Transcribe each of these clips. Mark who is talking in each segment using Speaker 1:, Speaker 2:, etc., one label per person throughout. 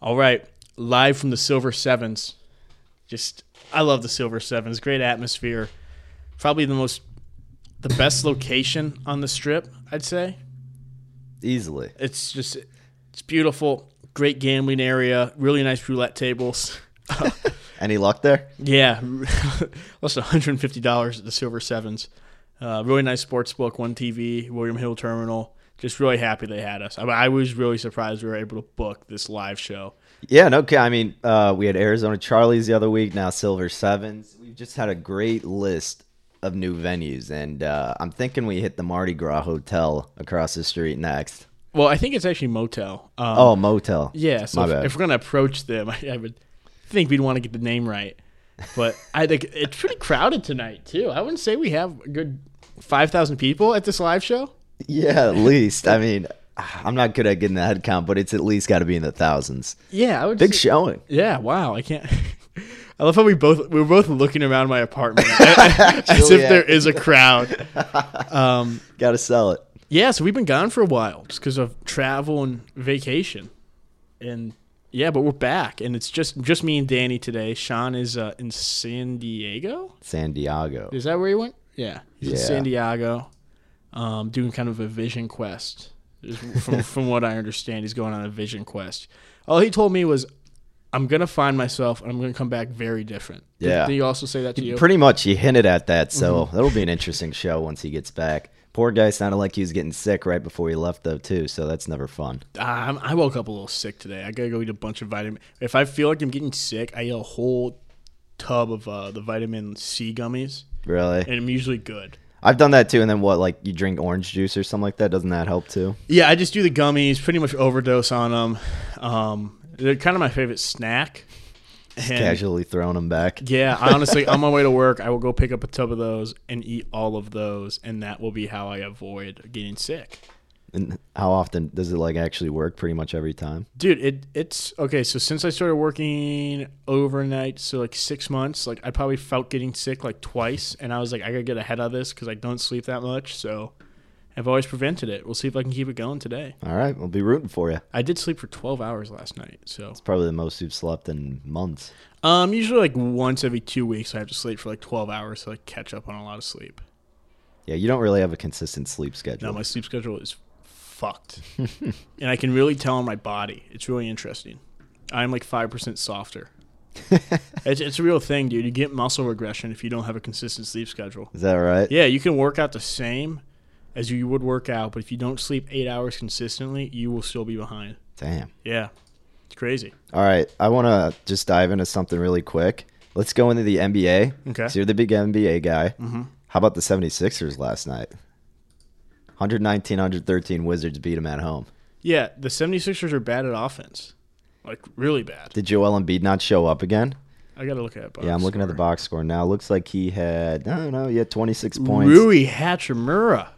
Speaker 1: All right, live from the Silver Sevens. Just, I love the Silver Sevens. Great atmosphere. Probably the most, the best location on the strip, I'd say.
Speaker 2: Easily.
Speaker 1: It's just, it's beautiful. Great gambling area. Really nice roulette tables.
Speaker 2: Any luck there?
Speaker 1: Yeah, less than $150 at the Silver Sevens. Uh, really nice sports book, one TV, William Hill Terminal. Just really happy they had us. I, I was really surprised we were able to book this live show.
Speaker 2: Yeah, no, okay. I mean, uh, we had Arizona Charlie's the other week, now Silver Sevens. We've just had a great list of new venues, and uh, I'm thinking we hit the Mardi Gras Hotel across the street next.
Speaker 1: Well, I think it's actually motel. Um,
Speaker 2: Oh, motel.
Speaker 1: yeah. So
Speaker 2: my
Speaker 1: if,
Speaker 2: bad.
Speaker 1: if we're gonna approach them, I, I would think we'd want to get the name right. But I think it's pretty crowded tonight too. I wouldn't say we have a good five thousand people at this live show.
Speaker 2: Yeah, at least. I mean, I'm not good at getting the head count, but it's at least got to be in the thousands.
Speaker 1: Yeah, I would.
Speaker 2: Big
Speaker 1: say-
Speaker 2: showing.
Speaker 1: Yeah, wow. I can't. I love how we both we were both looking around my apartment as if there is a crowd. Um,
Speaker 2: Got to sell it.
Speaker 1: yeah, so we've been gone for a while just because of travel and vacation, and yeah, but we're back, and it's just just me and Danny today. Sean is uh, in San Diego.
Speaker 2: San Diego.
Speaker 1: Is that where he went? Yeah, he's in
Speaker 2: Yeah.
Speaker 1: San Diego, um, doing kind of a vision quest. Is- From from what I understand, he's going on a vision quest. All he told me was, "I'm gonna find myself, and I'm gonna come back very different." Did-
Speaker 2: Yeah.
Speaker 1: Did, he also say that to you? Mm-hmm.
Speaker 2: Pretty much, he hinted at that, so that'll be an interesting show once he gets back. Poor guy sounded like he was getting sick right before he left, though, too, so that's never fun.
Speaker 1: Ah, I'm, I woke up a little sick today. I gotta go eat a bunch of vitamin. If I feel like I'm getting sick, I eat a whole tub of uh, the vitamin C gummies,
Speaker 2: Really?
Speaker 1: and I'm usually good.
Speaker 2: I've done that, too, and then what, like, you drink orange juice or something like that? Doesn't that help, too?
Speaker 1: Yeah, I just do the gummies. Pretty much overdose on them. Um, they're kind of my favorite snack. And-
Speaker 2: Casually throwing them back.
Speaker 1: Yeah, honestly, on my way to work, I will go pick up a tub of those and eat all of those, and that will be how I avoid getting sick.
Speaker 2: And how often does it, like, actually work pretty much every time?
Speaker 1: Dude, it it's okay. So since I started working overnight, so like six months, like I probably felt getting sick like twice, and I was like, I gotta get ahead of this because I don't sleep that much. So I've always prevented it. We'll see if I can keep it going today.
Speaker 2: All right, we'll be rooting for you.
Speaker 1: I did sleep for twelve hours last night, so
Speaker 2: Probably the most you've slept in months.
Speaker 1: um, usually like once every two weeks, I have to sleep for like twelve hours to like catch up on a lot of sleep.
Speaker 2: Yeah, you don't really have a consistent sleep
Speaker 1: No,
Speaker 2: schedule.
Speaker 1: my sleep schedule is fucked. and I can really tell on my body. It's really interesting. I'm like 5% softer. it's, it's a real thing, dude. You get muscle regression if you don't have a consistent sleep schedule.
Speaker 2: Is that right?
Speaker 1: Yeah, you can work out the same as you would work out, but if you don't sleep eight hours consistently, you will still be behind.
Speaker 2: Damn.
Speaker 1: Yeah. It's crazy.
Speaker 2: All right, I want to just dive into something really quick. Let's go into the NBA.
Speaker 1: Okay.
Speaker 2: So you're the big NBA guy. Mm-hmm. How about the 76ers last night? 119, 113 Wizards beat them at home.
Speaker 1: Yeah, the 76ers are bad at offense. Like, really bad.
Speaker 2: Did Joel Embiid not show up again?
Speaker 1: I got to look at it.
Speaker 2: yeah, I'm looking at the box score now. Looks like he had, I don't know, he had 26 points.
Speaker 1: Rui Hachimura.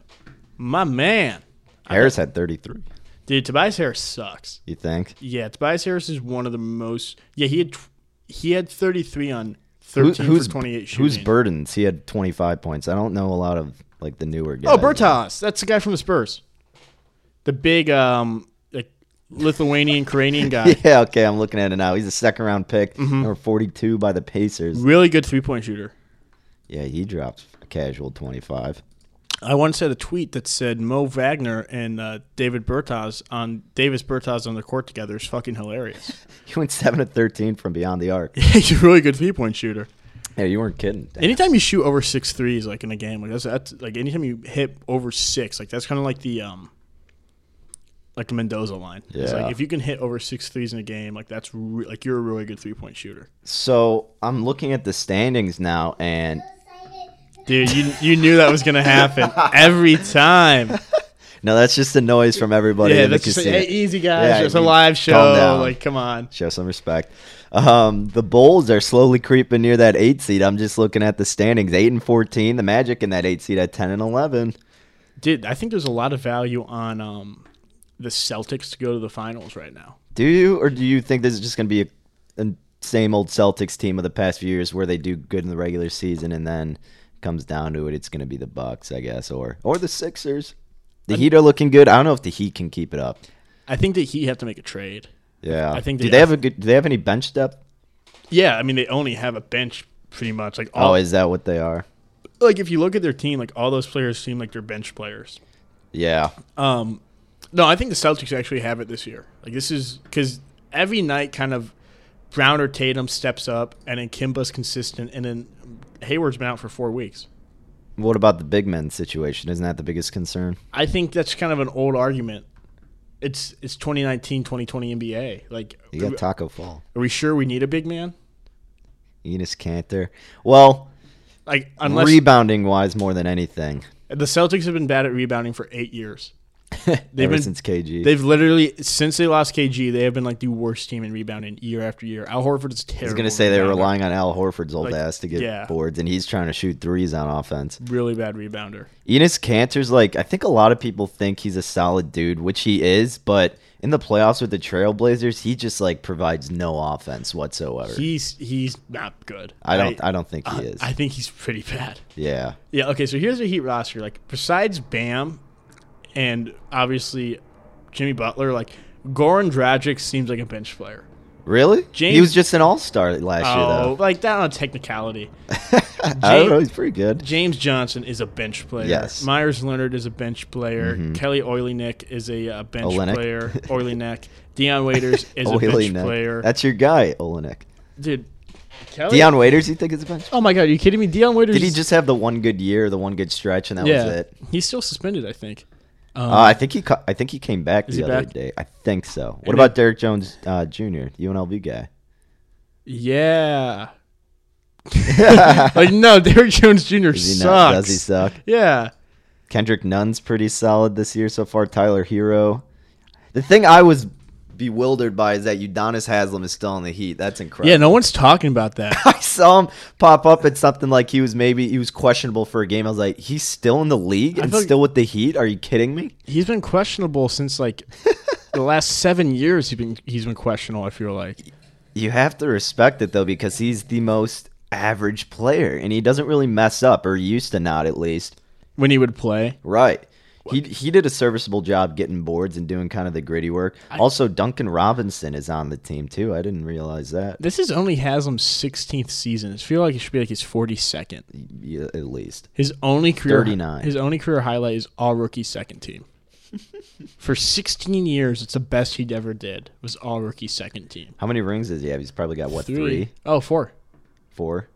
Speaker 1: My man.
Speaker 2: Harris had 33,
Speaker 1: Dude, Tobias Harris sucks.
Speaker 2: you think?
Speaker 1: Yeah, Tobias Harris is one of the most. Yeah, he had tw- he had 33 on
Speaker 2: Who-
Speaker 1: 13 for 28 shooting.
Speaker 2: Who's Burdens? He had 25 points. I don't know a lot of like the newer guys.
Speaker 1: Oh, Bertans. That's the guy from the Spurs. The big um like Lithuanian Ukrainian guy.
Speaker 2: Yeah, okay, I'm looking at it now. He's a second round pick,
Speaker 1: Mm-hmm.
Speaker 2: number 42 by the Pacers.
Speaker 1: Really good three-point shooter.
Speaker 2: Yeah, he dropped a casual 25.
Speaker 1: I once had a tweet that said Mo Wagner and uh, David Bertaz on Davis Bertaz on the court together is fucking hilarious.
Speaker 2: He went 7 to 13 from beyond the arc.
Speaker 1: He's a really good three-point shooter.
Speaker 2: Yeah, you weren't kidding. Damn.
Speaker 1: Anytime you shoot over six threes, like in a game, like that's, that's like anytime you hit over six, like that's kind of like the um, like the Mendoza line. It's
Speaker 2: Yeah.
Speaker 1: like if you can hit over six threes in a game, like that's re- like you're a really good three point shooter,
Speaker 2: So I'm looking at the standings now, and
Speaker 1: dude. You you knew that was gonna happen every time.
Speaker 2: no, that's just the noise from everybody
Speaker 1: yeah,
Speaker 2: in the
Speaker 1: that's just
Speaker 2: casino.
Speaker 1: hey, easy guys.
Speaker 2: Yeah,
Speaker 1: it's
Speaker 2: I
Speaker 1: a
Speaker 2: mean,
Speaker 1: live
Speaker 2: calm
Speaker 1: show.
Speaker 2: down.
Speaker 1: Like, come on.
Speaker 2: Show some respect. Um, the Bulls are slowly creeping near that eight seed. I'm just looking at the standings: eight and fourteen. The Magic in that eight seed at ten and eleven.
Speaker 1: Dude, I think there's a lot of value on um the Celtics to go to the finals right now.
Speaker 2: Do you or do you think this is just going to be a, a same old Celtics team of the past few years where they do good in the regular season and then comes down to it, it's going to be the Bucks, I guess, or or the Sixers. The Heat are looking good. I don't know if the Heat can keep it up.
Speaker 1: I think that he have to make a trade.
Speaker 2: Yeah.
Speaker 1: I think
Speaker 2: do
Speaker 1: they-
Speaker 2: they have a good? Do they have any bench depth?
Speaker 1: Yeah, I mean they only have a bench pretty much. Like all
Speaker 2: Oh, is that what they are?
Speaker 1: like if you look at their team, like all those players seem like they're bench players.
Speaker 2: Yeah.
Speaker 1: Um, no, I think the Celtics actually have it this year. Like this is because every night, kind of Brown or Tatum steps up, and then Kimba's consistent, and then Hayward's been out for four weeks.
Speaker 2: What about the big men situation? Isn't that the biggest concern?
Speaker 1: I think that's kind of an old argument. It's it's 2019, 2020 NBA. Like,
Speaker 2: You got Taco Fall,
Speaker 1: are we sure we need a big man?
Speaker 2: Enos Cantor. Well,
Speaker 1: Like, unless
Speaker 2: rebounding wise, more than anything,
Speaker 1: the Celtics have been bad at rebounding for eight years.
Speaker 2: ever
Speaker 1: been-
Speaker 2: since KG.
Speaker 1: They've literally since they lost KG, they have been like the worst team in rebounding year after year. Al Horford is terrible.
Speaker 2: I was gonna say they're
Speaker 1: rebounder.
Speaker 2: relying on Al Horford's old
Speaker 1: Like,
Speaker 2: ass to get
Speaker 1: yeah.
Speaker 2: boards, and he's trying to shoot threes on offense.
Speaker 1: really bad rebounder.
Speaker 2: Enos Cantor's like I think a lot of people think he's a solid dude, which he is, but in the playoffs with the Trailblazers, he just like provides no offense whatsoever.
Speaker 1: He's he's not good.
Speaker 2: I don't I, don't think he is.
Speaker 1: I think he's pretty bad.
Speaker 2: yeah.
Speaker 1: Yeah. Okay. So here's the Heat roster. Like besides Bam, and obviously Jimmy Butler. Like Goran Dragic seems like a bench player.
Speaker 2: Really?
Speaker 1: James-
Speaker 2: he was just an all star last year
Speaker 1: Oh,
Speaker 2: though.
Speaker 1: like that on a technicality.
Speaker 2: I don't
Speaker 1: James-
Speaker 2: know, he's pretty good.
Speaker 1: James Johnson is a bench player.
Speaker 2: Yes. Mm-hmm.
Speaker 1: Myers Leonard is a bench player. Kelly Oileynick is a uh, bench
Speaker 2: Olynyk.
Speaker 1: player. Oileynick. Deion Waiters is a bench
Speaker 2: Olenek.
Speaker 1: player. Oh,
Speaker 2: That's your guy, Olenek.
Speaker 1: Dude, Kelly.
Speaker 2: Deion Waiters, you think is a bench?
Speaker 1: Oh my God! Are you kidding me? Deion Waiters.
Speaker 2: Did he just have the one good year, the one good stretch, and that
Speaker 1: Yeah.
Speaker 2: was it?
Speaker 1: He's still suspended, I think.
Speaker 2: Uh, I think he ca- I think he came back the
Speaker 1: he
Speaker 2: other
Speaker 1: back?
Speaker 2: day. I think so. What
Speaker 1: And
Speaker 2: about Derek Jones uh, Jr., UNLV guy?
Speaker 1: Yeah. like no, Derrick Jones Jr. sucks.
Speaker 2: Does he not- does he suck?
Speaker 1: Yeah.
Speaker 2: Kendrick Nunn's pretty solid this year so far. Tyler Hero. The thing I was bewildered by is that Udonis Haslam is still in the Heat. That's incredible.
Speaker 1: Yeah, no one's talking about that.
Speaker 2: I saw him pop up at something like he was maybe he was questionable for a game. I was like, he's still in the league and
Speaker 1: feel-
Speaker 2: still with the Heat? Are you kidding me?
Speaker 1: He's been questionable since like the last seven years he's been he's been questionable, I feel like.
Speaker 2: You have to respect it though because he's the most average player and he doesn't really mess up or used to not at least.
Speaker 1: When he would play.
Speaker 2: Right. He he did a serviceable job getting boards and doing kind of the gritty work. also, Duncan Robinson is on the team too. I didn't realize that.
Speaker 1: This is only Haslam's sixteenth season. I feel like it should be like his forty second.
Speaker 2: Yeah, at least
Speaker 1: His only career
Speaker 2: 39.
Speaker 1: his only career highlight is all rookie second team. For sixteen years, it's the best he'd ever did was all rookie second team.
Speaker 2: how many rings does he have? He's probably got what three,
Speaker 1: Oh, four.
Speaker 2: four.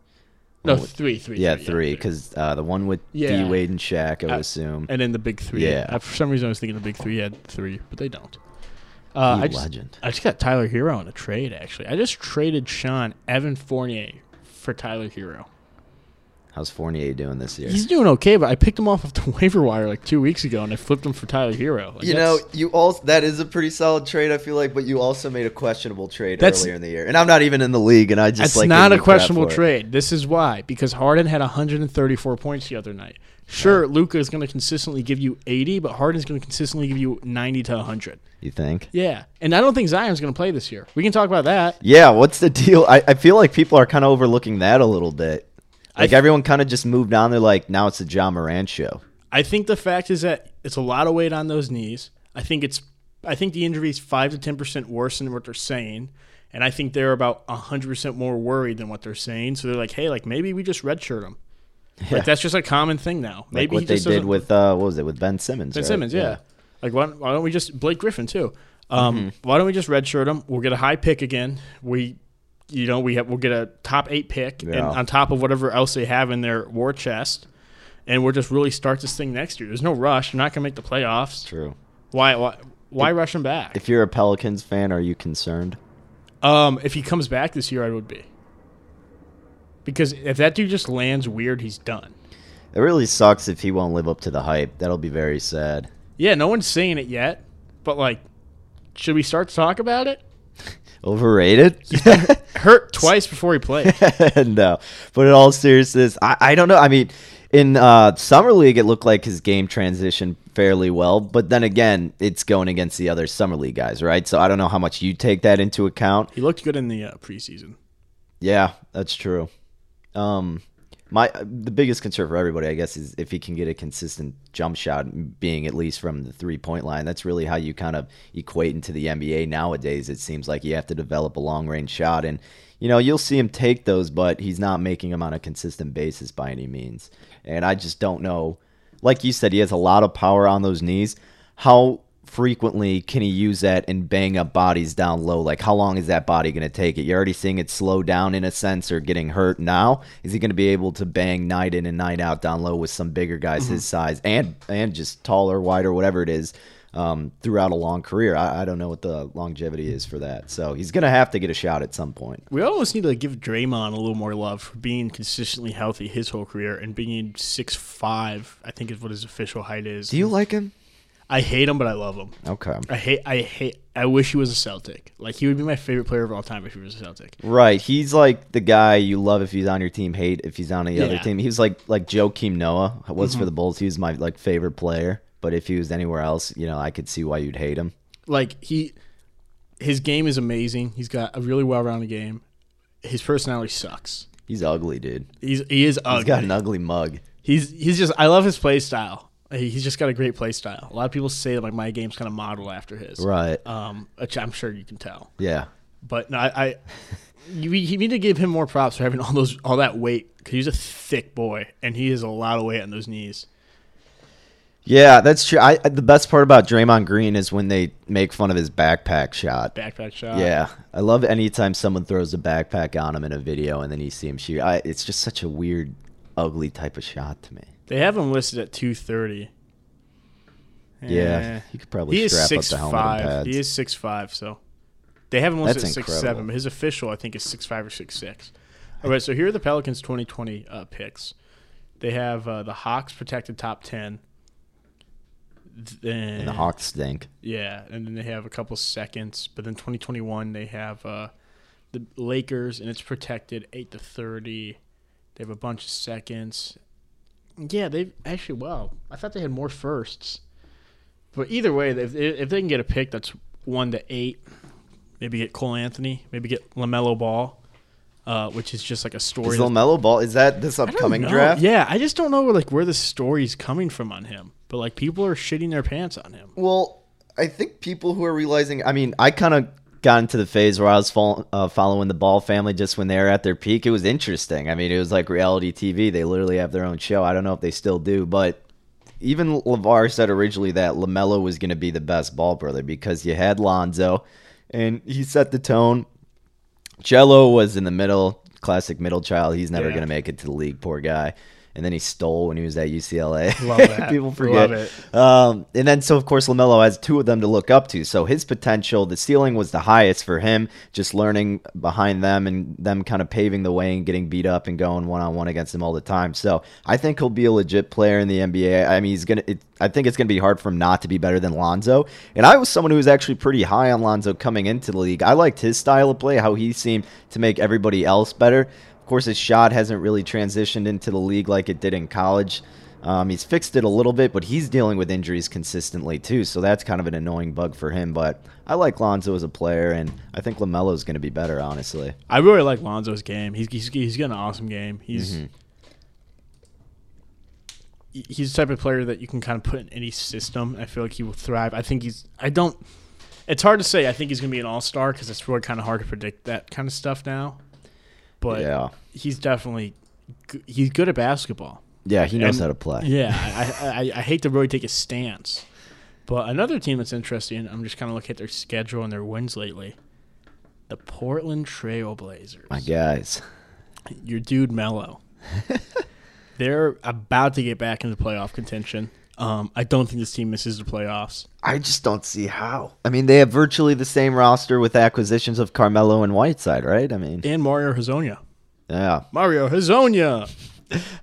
Speaker 1: No,
Speaker 2: Well,
Speaker 1: three, three.
Speaker 2: Yeah, three. Because uh, the one with
Speaker 1: Yeah.
Speaker 2: D Wade and Shaq, I would
Speaker 1: Uh,
Speaker 2: assume.
Speaker 1: and then the big three.
Speaker 2: Yeah.
Speaker 1: I- for some reason, I was thinking the big three had three, but they don't. Uh,
Speaker 2: Heat
Speaker 1: I just,
Speaker 2: legend.
Speaker 1: I just got Tyler Hero in a trade. Actually, I just traded Sean Evan Fournier for Tyler Hero.
Speaker 2: How's Fournier doing this year?
Speaker 1: He's doing okay, but I picked him off of the waiver wire like two weeks ago, and I flipped him for Tyler Hero. Like,
Speaker 2: You know,
Speaker 1: that's-
Speaker 2: you also that is a pretty solid trade, I feel like, but you also made a questionable trade
Speaker 1: That's-
Speaker 2: earlier in the year. And I'm not even in the league and I just
Speaker 1: that's
Speaker 2: like
Speaker 1: not
Speaker 2: giving
Speaker 1: a
Speaker 2: you crap
Speaker 1: questionable
Speaker 2: for it.
Speaker 1: trade. This is why because Harden had 134 points the other night. Sure, Luca is going to consistently give you 80, but Harden's going to consistently give you 90 to 100.
Speaker 2: You think?
Speaker 1: Yeah, and I don't think Zion's going to play this year. We can talk about that.
Speaker 2: Yeah, what's the deal? I, I feel like people are kind of overlooking that a little bit. Like
Speaker 1: th-
Speaker 2: everyone kind of just moved on. They're like, now it's the John Moran show.
Speaker 1: I think the fact is that it's a lot of weight on those knees. I think it's I think the injury is five to ten percent worse than what they're saying, and I think they're about hundred percent more worried than what they're saying. So they're like, hey, like maybe we just redshirt him. Like that's just a common thing now. Maybe
Speaker 2: Like what
Speaker 1: he
Speaker 2: they
Speaker 1: just
Speaker 2: did
Speaker 1: doesn't-
Speaker 2: with uh, what was it with Ben Simmons?
Speaker 1: Ben
Speaker 2: right?
Speaker 1: Simmons, yeah. Like why, why don't we just Blake Griffin too? Um,
Speaker 2: Mm-hmm.
Speaker 1: Why don't we just redshirt him? We'll get a high pick again. We, you know, we have we'll get a top eight pick, and
Speaker 2: Yeah.
Speaker 1: on top of whatever else they have in their war chest, and we'll just really start this thing next year. There's no rush. They're not gonna make the playoffs.
Speaker 2: True.
Speaker 1: Why why why rush him back?
Speaker 2: If you're a Pelicans fan, are you concerned?
Speaker 1: um, if he comes back this year, I would be. Because if that dude just lands weird, he's done.
Speaker 2: It really sucks if he won't live up to the hype. That'll be very sad.
Speaker 1: Yeah, no one's saying it yet, but like, should we start to talk about it?
Speaker 2: Overrated?
Speaker 1: Hurt twice before he played.
Speaker 2: no. But in all seriousness, I, I don't know. I mean, in uh, summer league, it looked like his game transitioned fairly well. But then again, it's going against the other summer league guys, right? So I don't know how much you take that into account.
Speaker 1: He looked good in the uh, preseason.
Speaker 2: Yeah, that's true. Um, my the biggest concern for everybody, I guess, is if he can get a consistent jump shot, being at least from the three point line. That's really how you kind of equate into the NBA nowadays. It seems like you have to develop a long range shot, and you know you'll see him take those, but he's not making them on a consistent basis by any means. And I just don't know. Like you said, he has a lot of power on those knees. How frequently can he use that and bang up bodies down low? Like, how long is that body going to take it? You're already seeing it slow down in a sense or getting hurt now. Is he going to be able to bang night in and night out down low with some bigger guys his size and and just taller, wider, whatever it is um, throughout a long career? I, I don't know what the longevity is for that. So he's going to have to get a shot at some point.
Speaker 1: We almost need to like, give Draymond a little more love for being consistently healthy his whole career and being six five. I think is what his official height is.
Speaker 2: Do you like him?
Speaker 1: I hate him, but I love him.
Speaker 2: Okay.
Speaker 1: I hate. I hate. I wish he was a Celtic. Like he would be my favorite player of all time if he was a Celtic.
Speaker 2: Right, he's like the guy you love if he's on your team, hate if he's on the other
Speaker 1: Yeah. Mm-hmm.
Speaker 2: team. He was like like Joakim Noah was for the Bulls. He was my like favorite player, but if he was anywhere else, you know, I could see why you'd hate him.
Speaker 1: Like he, his game is amazing. He's got a really well-rounded game. His personality sucks.
Speaker 2: He's ugly, dude.
Speaker 1: He's he is ugly.
Speaker 2: He's got an ugly mug.
Speaker 1: He's he's just I love his play style. He- He's just got a great play style. A lot of people say that like my game's kind of modeled after his.
Speaker 2: Right.
Speaker 1: Um, which I'm sure you can tell.
Speaker 2: Yeah.
Speaker 1: But no, I, I you, you need to give him more props for having all those all that weight because he's a thick boy and he has a lot of weight on those knees.
Speaker 2: Yeah, that's true. I I- the best part about Draymond Green is when they make fun of his backpack shot.
Speaker 1: Backpack shot.
Speaker 2: Yeah, I love anytime someone throws a backpack on him in a video and then you see him shoot. I, it's just such a weird, ugly type of shot to me.
Speaker 1: They have him listed at 230.
Speaker 2: Yeah, you could probably
Speaker 1: he is
Speaker 2: strap up
Speaker 1: six
Speaker 2: the helmet and
Speaker 1: five.
Speaker 2: pads.
Speaker 1: He is six five. So they have him listed
Speaker 2: That's
Speaker 1: at six seven,
Speaker 2: incredible.
Speaker 1: but his official I think is six five or six six. All right, so here are the Pelicans' 2020 uh, picks. They have uh, the Hawks protected top ten. Then
Speaker 2: and the Hawks stink.
Speaker 1: yeah, and then they have a couple seconds, but then 2021 they have uh, the Lakers and it's protected 8 to 30. They have a bunch of seconds. Yeah, they've actually wow. I thought they had more firsts. But either way, if if they can get a pick that's 1 to 8, maybe get Cole Anthony, maybe get LaMelo Ball, uh, which is just like a story
Speaker 2: Is
Speaker 1: that's
Speaker 2: LaMelo Ball is that this
Speaker 1: I don't
Speaker 2: upcoming
Speaker 1: know.
Speaker 2: draft?
Speaker 1: Yeah, I just don't know like where the story's coming from on him. But like people are shitting their pants on him.
Speaker 2: Well, I think people who are realizing, I mean, I kind of got into the phase where I was fol- uh, following the Ball family just when they were at their peak. It was interesting. I mean, it was like reality TV. They literally have their own show. I don't know if they still do, but even LeVar said originally that LaMelo was going to be the best ball brother because you had Lonzo and he set the tone. Jello was in the middle, classic middle child. He's never
Speaker 1: Yeah.
Speaker 2: going to make it to the league, poor guy. And then he stole when he was at UCLA.
Speaker 1: Love that.
Speaker 2: People
Speaker 1: Love
Speaker 2: forget.
Speaker 1: it.
Speaker 2: Um, and then, so of course, LaMelo has two of them to look up to. So his potential, the ceiling was the highest for him, just learning behind them and them kind of paving the way and getting beat up and going one on one against him all the time. So I think he'll be a legit player in the NBA. I mean, he's going to, I think it's going to be hard for him not to be better than Lonzo. And I was someone who was actually pretty high on Lonzo coming into the league. I liked his style of play, how he seemed to make everybody else better. Of course, his shot hasn't really transitioned into the league like it did in college. Um, he's fixed it a little bit, but he's dealing with injuries consistently too, so that's kind of an annoying bug for him. But I like Lonzo as a player, and I think Lamelo's going to be better, honestly.
Speaker 1: I really like Lonzo's game. He's he's, he's got an awesome game. He's
Speaker 2: Mm-hmm.
Speaker 1: he- he's the type of player that you can kind of put in any system. I feel like he will thrive. I think he's. I don't. It's hard to say. I think he's going to be an all star because it's really kind of hard to predict that kind of stuff now. But
Speaker 2: yeah,
Speaker 1: he's definitely g- he's good at basketball.
Speaker 2: yeah, he knows
Speaker 1: And-
Speaker 2: how to play.
Speaker 1: Yeah, I, I, I, I hate to really take a stance. But another team that's interesting, I'm just kind of looking at their schedule and their wins lately. The Portland Trail Blazers
Speaker 2: My guys,
Speaker 1: your dude Mello. They're about to get back into playoff contention. Um, I don't think this team misses the playoffs.
Speaker 2: I just don't see how. I mean, they have virtually the same roster with acquisitions of Carmelo and Whiteside, right? I mean,
Speaker 1: And Mario Hazonia.
Speaker 2: yeah.
Speaker 1: Mario Hazonia.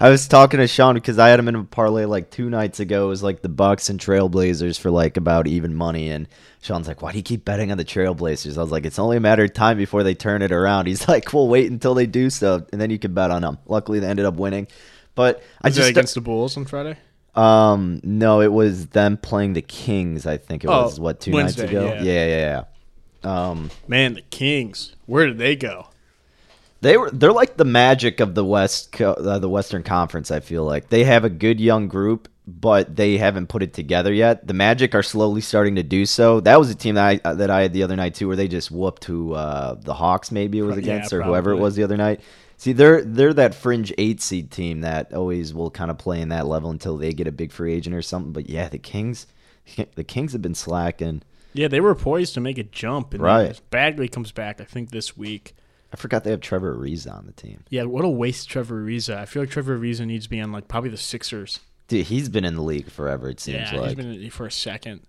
Speaker 2: I was talking to Sean because I had him in a parlay like two nights ago. It was like the Bucks and Trailblazers for like about even money. And Sean's like, "Why do you keep betting on the Trailblazers?" I was like, "It's only a matter of time before they turn it around." He's like, "Well, wait until they do so, and then you can bet on them." Luckily, they ended up winning. But I
Speaker 1: Is that
Speaker 2: just
Speaker 1: against the Bulls on Friday?
Speaker 2: um no, it was them playing the Kings. I think it
Speaker 1: Oh,
Speaker 2: was what two
Speaker 1: Wednesday,
Speaker 2: nights ago.
Speaker 1: yeah.
Speaker 2: yeah, yeah. yeah. Um,
Speaker 1: Man, the Kings. Where did they go?
Speaker 2: They were they're like the magic of the West Co- uh, the Western Conference. I feel like they have a good young group, but they haven't put it together yet. The Magic are slowly starting to do so. That was a team that I uh, that I had the other night too, where they just whooped who uh, the Hawks maybe it was
Speaker 1: Pro- yeah,
Speaker 2: against or whoever it
Speaker 1: probably.
Speaker 2: was the other night. See, they're they're that fringe eight seed team that always will kind of play in that level until they get a big free agent or something. But yeah, the Kings, the Kings have been slacking.
Speaker 1: Yeah, they were poised to make a jump. And then
Speaker 2: Right.
Speaker 1: Bagley comes back, I think, this week.
Speaker 2: I forgot they have Trevor Ariza on the team.
Speaker 1: Yeah, what a waste, Trevor Ariza. I feel like Trevor Ariza needs to be on like probably the Sixers.
Speaker 2: Dude, he's been in the league forever. It seems
Speaker 1: yeah,
Speaker 2: like
Speaker 1: he's been in it for a second.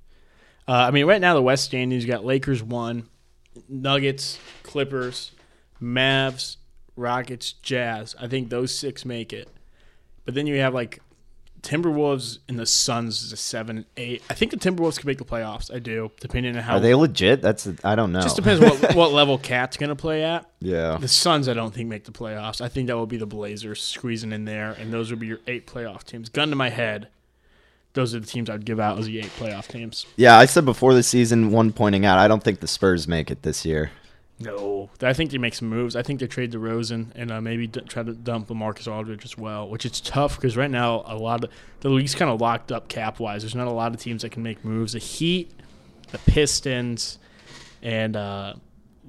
Speaker 1: Uh, I mean, right now the West standings you got Lakers one, Nuggets, Clippers, Mavs, Rockets, Jazz. I think those six make it. But then you have like Timberwolves and the Suns is a seven and eight. I think the Timberwolves can make the playoffs. I do, depending on how.
Speaker 2: Are they legit? That's I don't know.
Speaker 1: just depends what what level Cat's gonna play at.
Speaker 2: yeah.
Speaker 1: The Suns, I don't think make the playoffs. I think that will be the Blazers squeezing in there, and those would be your eight playoff teams. Gun to my head, those are the teams I'd give out as the eight playoff teams.
Speaker 2: Yeah, I said before the season, one pointing out, I don't think the Spurs make it this year.
Speaker 1: No, I think they make some moves. I think they trade DeRozan and uh, maybe d- try to dump Lamarcus Aldridge as well, which it's tough because right now a lot of the league's kind of locked up cap wise. There's not a lot of teams that can make moves. The Heat, the Pistons, and uh,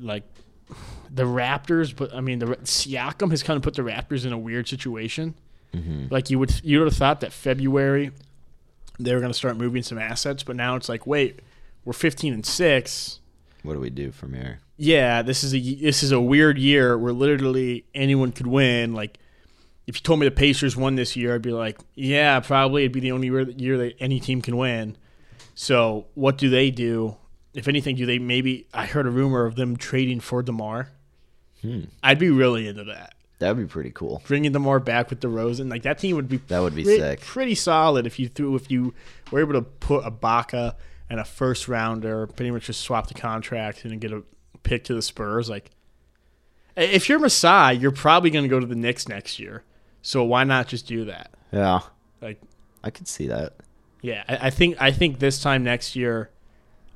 Speaker 1: like the Raptors. But I mean, the Ra- Siakam has kind of put the Raptors in a weird situation. Like you would you would have thought that February they were going to start moving some assets, but now it's like wait, we're 15 and six
Speaker 2: What do we do from here?
Speaker 1: yeah, this is a this is a weird year where literally anyone could win. Like, if you told me the Pacers won this year, I'd be like, yeah, probably it'd be the only year, year that any team can win. So, what do they do? If anything, do they maybe? I heard a rumor of them trading for Demar. I'd be really into that.
Speaker 2: That'd be pretty cool.
Speaker 1: Bringing Demar back with DeRozan, like that team would be
Speaker 2: That would be
Speaker 1: pre-
Speaker 2: sick.
Speaker 1: pretty solid if you threw if you were able to put a Baca and a first rounder, pretty much just swap the contract and get a pick to the Spurs. Like, i- if you're Masai, you're probably going to go to the Knicks next year. So why not just do that?
Speaker 2: Yeah,
Speaker 1: Like,
Speaker 2: I could see that.
Speaker 1: yeah, I, I think I think this time next year,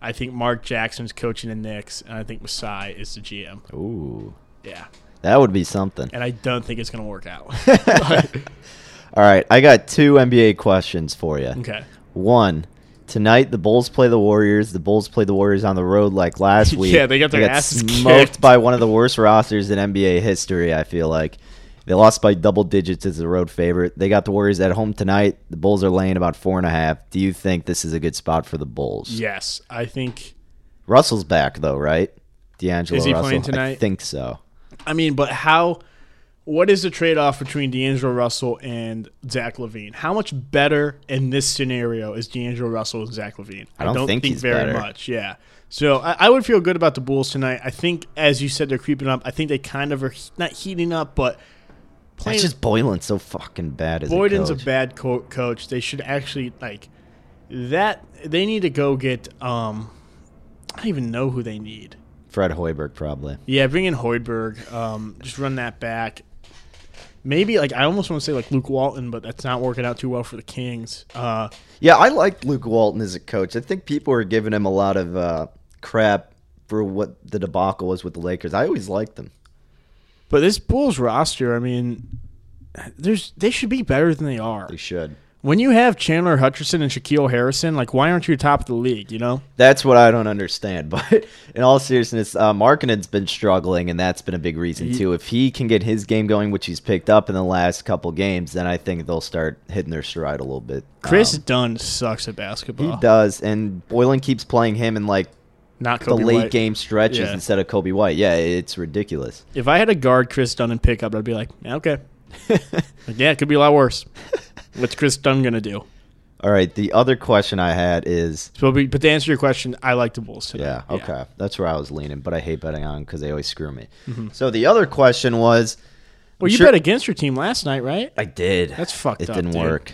Speaker 1: I think Mark Jackson's coaching the Knicks, and I think Masai is the GM.
Speaker 2: Ooh,
Speaker 1: Yeah,
Speaker 2: that would be something.
Speaker 1: and I don't think it's going to work out.
Speaker 2: All right, I got two NBA questions for you.
Speaker 1: okay.
Speaker 2: One, tonight the Bulls play the Warriors. The Bulls play the Warriors on the road like last week.
Speaker 1: Yeah, they got their asses
Speaker 2: smoked
Speaker 1: kicked.
Speaker 2: by one of the worst rosters in NBA history. I feel like they lost by double digits as a road favorite. They got the Warriors at home tonight. The Bulls are laying about four and a half. Do you think this is a good spot for the Bulls?
Speaker 1: Yes, I think.
Speaker 2: Russell's back though, right? D'Angelo
Speaker 1: Is he
Speaker 2: Russell.
Speaker 1: playing
Speaker 2: I
Speaker 1: tonight?
Speaker 2: think so.
Speaker 1: I mean, but how? What is the trade off between D'Angelo Russell and Zach Levine? How much better in this scenario is D'Angelo Russell and Zach Levine? I
Speaker 2: don't think he's
Speaker 1: very
Speaker 2: better.
Speaker 1: much. Yeah. So I, I would feel good about the Bulls tonight. I think, as you said, they're creeping up. I think they kind of are he- not heating up, but playing.
Speaker 2: That's just Boylan's so fucking bad as
Speaker 1: Boyden's
Speaker 2: a
Speaker 1: a
Speaker 2: coach.
Speaker 1: bad co- coach. They should actually like that. They need to go get. um I don't even know who they need.
Speaker 2: Fred Hoiberg probably.
Speaker 1: Yeah, bring in Hoiberg. Um, just run that back. Maybe like I almost want to say like Luke Walton, but that's not working out too well for the Kings. Uh,
Speaker 2: Yeah, I liked Luke Walton as a coach. I think people were giving him a lot of uh, crap for what the debacle was with the Lakers. I always liked them.
Speaker 1: but this Bulls roster, I mean, there's they should be better than they are.
Speaker 2: They should.
Speaker 1: When you have Chandler Hutcherson and Shaquille Harrison, like why aren't you top of the league? You know,
Speaker 2: That's what I don't understand. But in all seriousness, uh, Markkinen's been struggling, and that's been a big reason too. If he can get his game going, which he's picked up in the last couple games, then I think they'll start hitting their stride a little bit.
Speaker 1: Chris
Speaker 2: Um,
Speaker 1: Dunn sucks at basketball.
Speaker 2: he does, and Boylan keeps playing him in like
Speaker 1: Not
Speaker 2: the
Speaker 1: Kobe
Speaker 2: late
Speaker 1: White.
Speaker 2: game stretches
Speaker 1: Yeah.
Speaker 2: instead of Kobe White. Yeah, it's ridiculous.
Speaker 1: If I had a guard Chris Dunn and pick up, I'd be like, yeah, okay, like, yeah, it could be a lot worse. What's Chris Dunn gonna do?
Speaker 2: All right, the other question I had is
Speaker 1: So, but but to answer your question, I like the Bulls today.
Speaker 2: Yeah, okay. That's where I was leaning, but I hate betting on because they always screw me. So the other question was
Speaker 1: Mm-hmm. Well, you
Speaker 2: Sure.
Speaker 1: bet against your team last night, right?
Speaker 2: I did.
Speaker 1: That's fucked
Speaker 2: It
Speaker 1: up,
Speaker 2: didn't
Speaker 1: dude.
Speaker 2: work.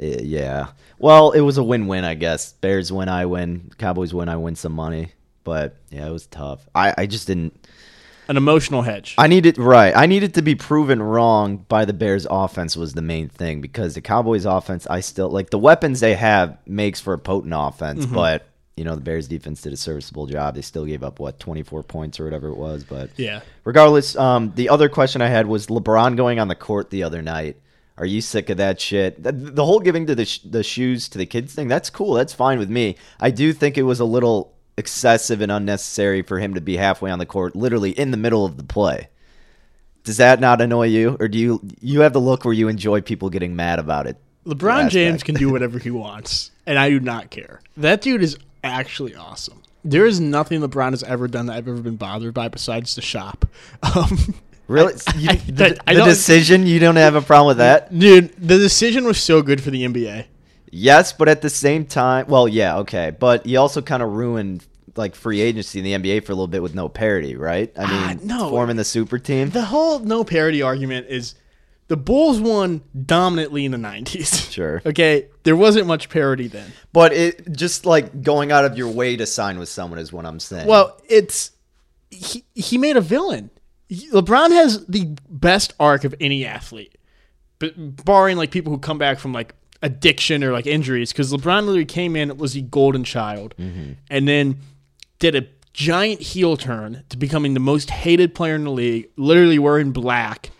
Speaker 2: I- yeah. Well, it was a win win, I guess. Bears win, I win. Cowboys win, I win some money. But yeah, it was tough. I, I just didn't.
Speaker 1: An emotional hedge.
Speaker 2: I needed right. I needed to be proven wrong by the Bears offense was the main thing because the Cowboys offense I still like the weapons they have makes for a potent offense, but you know, the Bears defense did a serviceable job. They still gave up what 24 points or whatever it was, but
Speaker 1: Yeah.
Speaker 2: regardless, um, the other question I had was LeBron going on the court the other night. Are you sick of that shit? The, the whole giving to the, sh- the shoes to the kids thing, that's cool. That's fine with me. I do think it was a little excessive and unnecessary for him to be halfway on the court, literally in the middle of the play. Does that not annoy you, or do you you have the look where you enjoy people getting mad about it?
Speaker 1: LeBron
Speaker 2: aspect.
Speaker 1: James can do whatever he wants, and I do not care. That dude is actually awesome. There is nothing LeBron has ever done that I've ever been bothered by besides the shop. Um,
Speaker 2: Really, You-
Speaker 1: I-
Speaker 2: the,
Speaker 1: I
Speaker 2: the
Speaker 1: don't-
Speaker 2: decision you don't have a problem with that?
Speaker 1: dude, the decision was so good for the NBA.
Speaker 2: Yes, but at the same time, well, yeah, okay, but you also kind of ruined like free agency in the NBA for a little bit with no parity, right? I
Speaker 1: Ah,
Speaker 2: mean,
Speaker 1: no.
Speaker 2: forming the super team.
Speaker 1: The whole no parity argument is the Bulls won dominantly in the 90s.
Speaker 2: Sure.
Speaker 1: Okay, there wasn't much parity then.
Speaker 2: but it just like going out of your way to sign with someone is what I'm saying.
Speaker 1: Well, it's he, he made a villain. He- LeBron has the best arc of any athlete, but barring like people who come back from like addiction or like injuries, because LeBron literally came in was the golden child, and then did a giant heel turn to becoming the most hated player in the league. Literally wearing black.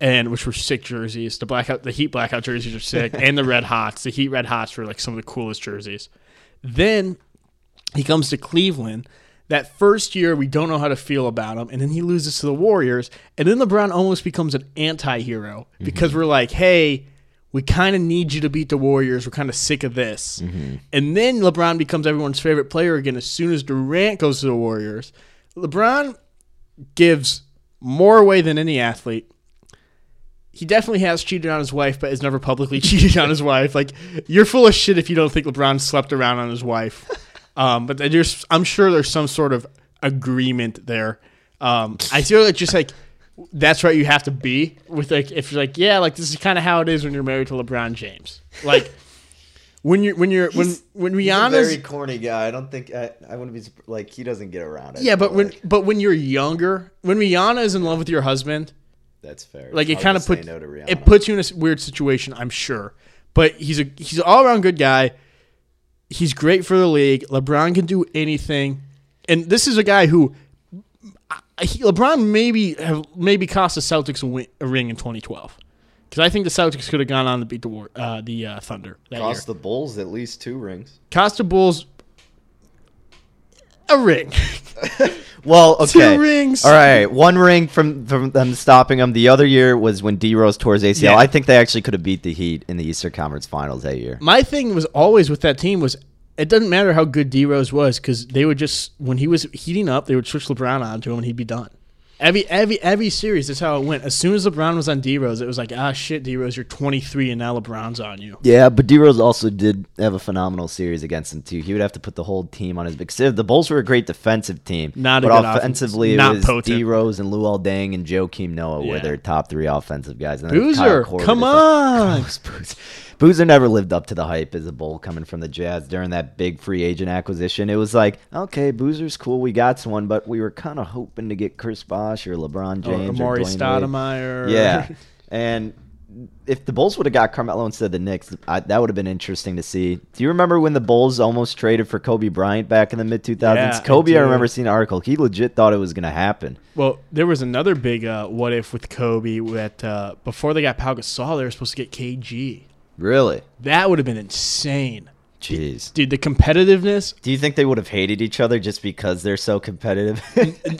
Speaker 1: And which were sick jerseys. The blackout, the Heat blackout jerseys are sick, and the Red Hots. The Heat Red Hots were like some of the coolest jerseys. Then he comes to Cleveland. That first year, we don't know how to feel about him, and then he loses to the Warriors, and then LeBron almost becomes an anti-hero because we're like, hey, we kind of need you to beat the Warriors. We're kind of sick of this. And then LeBron becomes everyone's favorite player again as soon as Durant goes to the Warriors. LeBron gives more away than any athlete. He definitely has cheated on his wife, but has never publicly cheated on his wife. Like you're full of shit if you don't think LeBron slept around on his wife. Um, but there's, I'm sure there's some sort of agreement there. Um, I feel like just like that's right, you have to be with like if you're like yeah, like this is kind of how it is when you're married to LeBron James. Like when you're when you're when when
Speaker 2: he's a
Speaker 1: Rihanna's
Speaker 2: very corny guy. I don't think I, I wouldn't be surp- like he doesn't get around it.
Speaker 1: yeah, but when
Speaker 2: Like,
Speaker 1: but when you're younger, when Rihanna is in love with your husband,
Speaker 2: that's fair.
Speaker 1: like it
Speaker 2: I'll
Speaker 1: kind of
Speaker 2: just say
Speaker 1: puts
Speaker 2: no to Rihanna.
Speaker 1: it puts you in a s- weird situation, I'm sure. But he's a he's an all around good guy. He's great for the league. LeBron can do anything, and this is a guy who I- he, LeBron maybe have maybe cost the Celtics a, win, a ring in 2012 because I think the Celtics could have gone on to beat the War, uh, the uh, Thunder that year.
Speaker 2: cost the Bulls at least two rings.
Speaker 1: Cost the Bulls a ring.
Speaker 2: Well, okay.
Speaker 1: rings.
Speaker 2: All right, one ring from from them stopping them. The other year was when D Rose tore his ACL.
Speaker 1: Yeah.
Speaker 2: I think they actually could have beat the Heat in the Eastern Conference Finals that year.
Speaker 1: my thing was always with that team was it doesn't matter how good D Rose was because they would just when he was heating up they would switch LeBron onto him and he'd be done. Every every every series that's how it went. As soon as LeBron was on D Rose, it was like ah shit D Rose you're 23 and now LeBron's on you.
Speaker 2: Yeah, but D Rose also did have a phenomenal series against them too. He would have to put the whole team on his because the Bulls were a great defensive team.
Speaker 1: Not a
Speaker 2: but
Speaker 1: good offense.
Speaker 2: offensively,
Speaker 1: Not
Speaker 2: it was
Speaker 1: potent.
Speaker 2: D Rose and Luol Deng and Joakim Noah were
Speaker 1: Yeah.
Speaker 2: their top three offensive guys. And then Kyle
Speaker 1: Boozer,
Speaker 2: Korver
Speaker 1: come
Speaker 2: defense-
Speaker 1: on.
Speaker 2: Gross, Boozer. Boozer never lived up to the hype as a bull coming from the Jazz during that big free agent acquisition. It was like, okay, Boozer's cool. We got someone, but we were kind of hoping to get Chris Bosh or LeBron
Speaker 1: Or
Speaker 2: James or,
Speaker 1: Oh, Amari
Speaker 2: Dwayne Wade.
Speaker 1: Stoudemire.
Speaker 2: Yeah, and if the Bulls would have got Carmelo instead of the Knicks, I, that would have been interesting to see. Do you remember when the Bulls almost traded for Kobe Bryant back in the mid 2000s?
Speaker 1: Yeah, I
Speaker 2: Kobe, I,
Speaker 1: do.
Speaker 2: remember seeing an article. He legit thought it was going to happen.
Speaker 1: Well, there was another big uh, what if with Kobe that uh, before they got Pau Gasol they were supposed to get KG.
Speaker 2: Really?
Speaker 1: That would have been insane,
Speaker 2: Jeez.
Speaker 1: dude. The competitiveness
Speaker 2: Do you think they would have hated each other just because they're so competitive?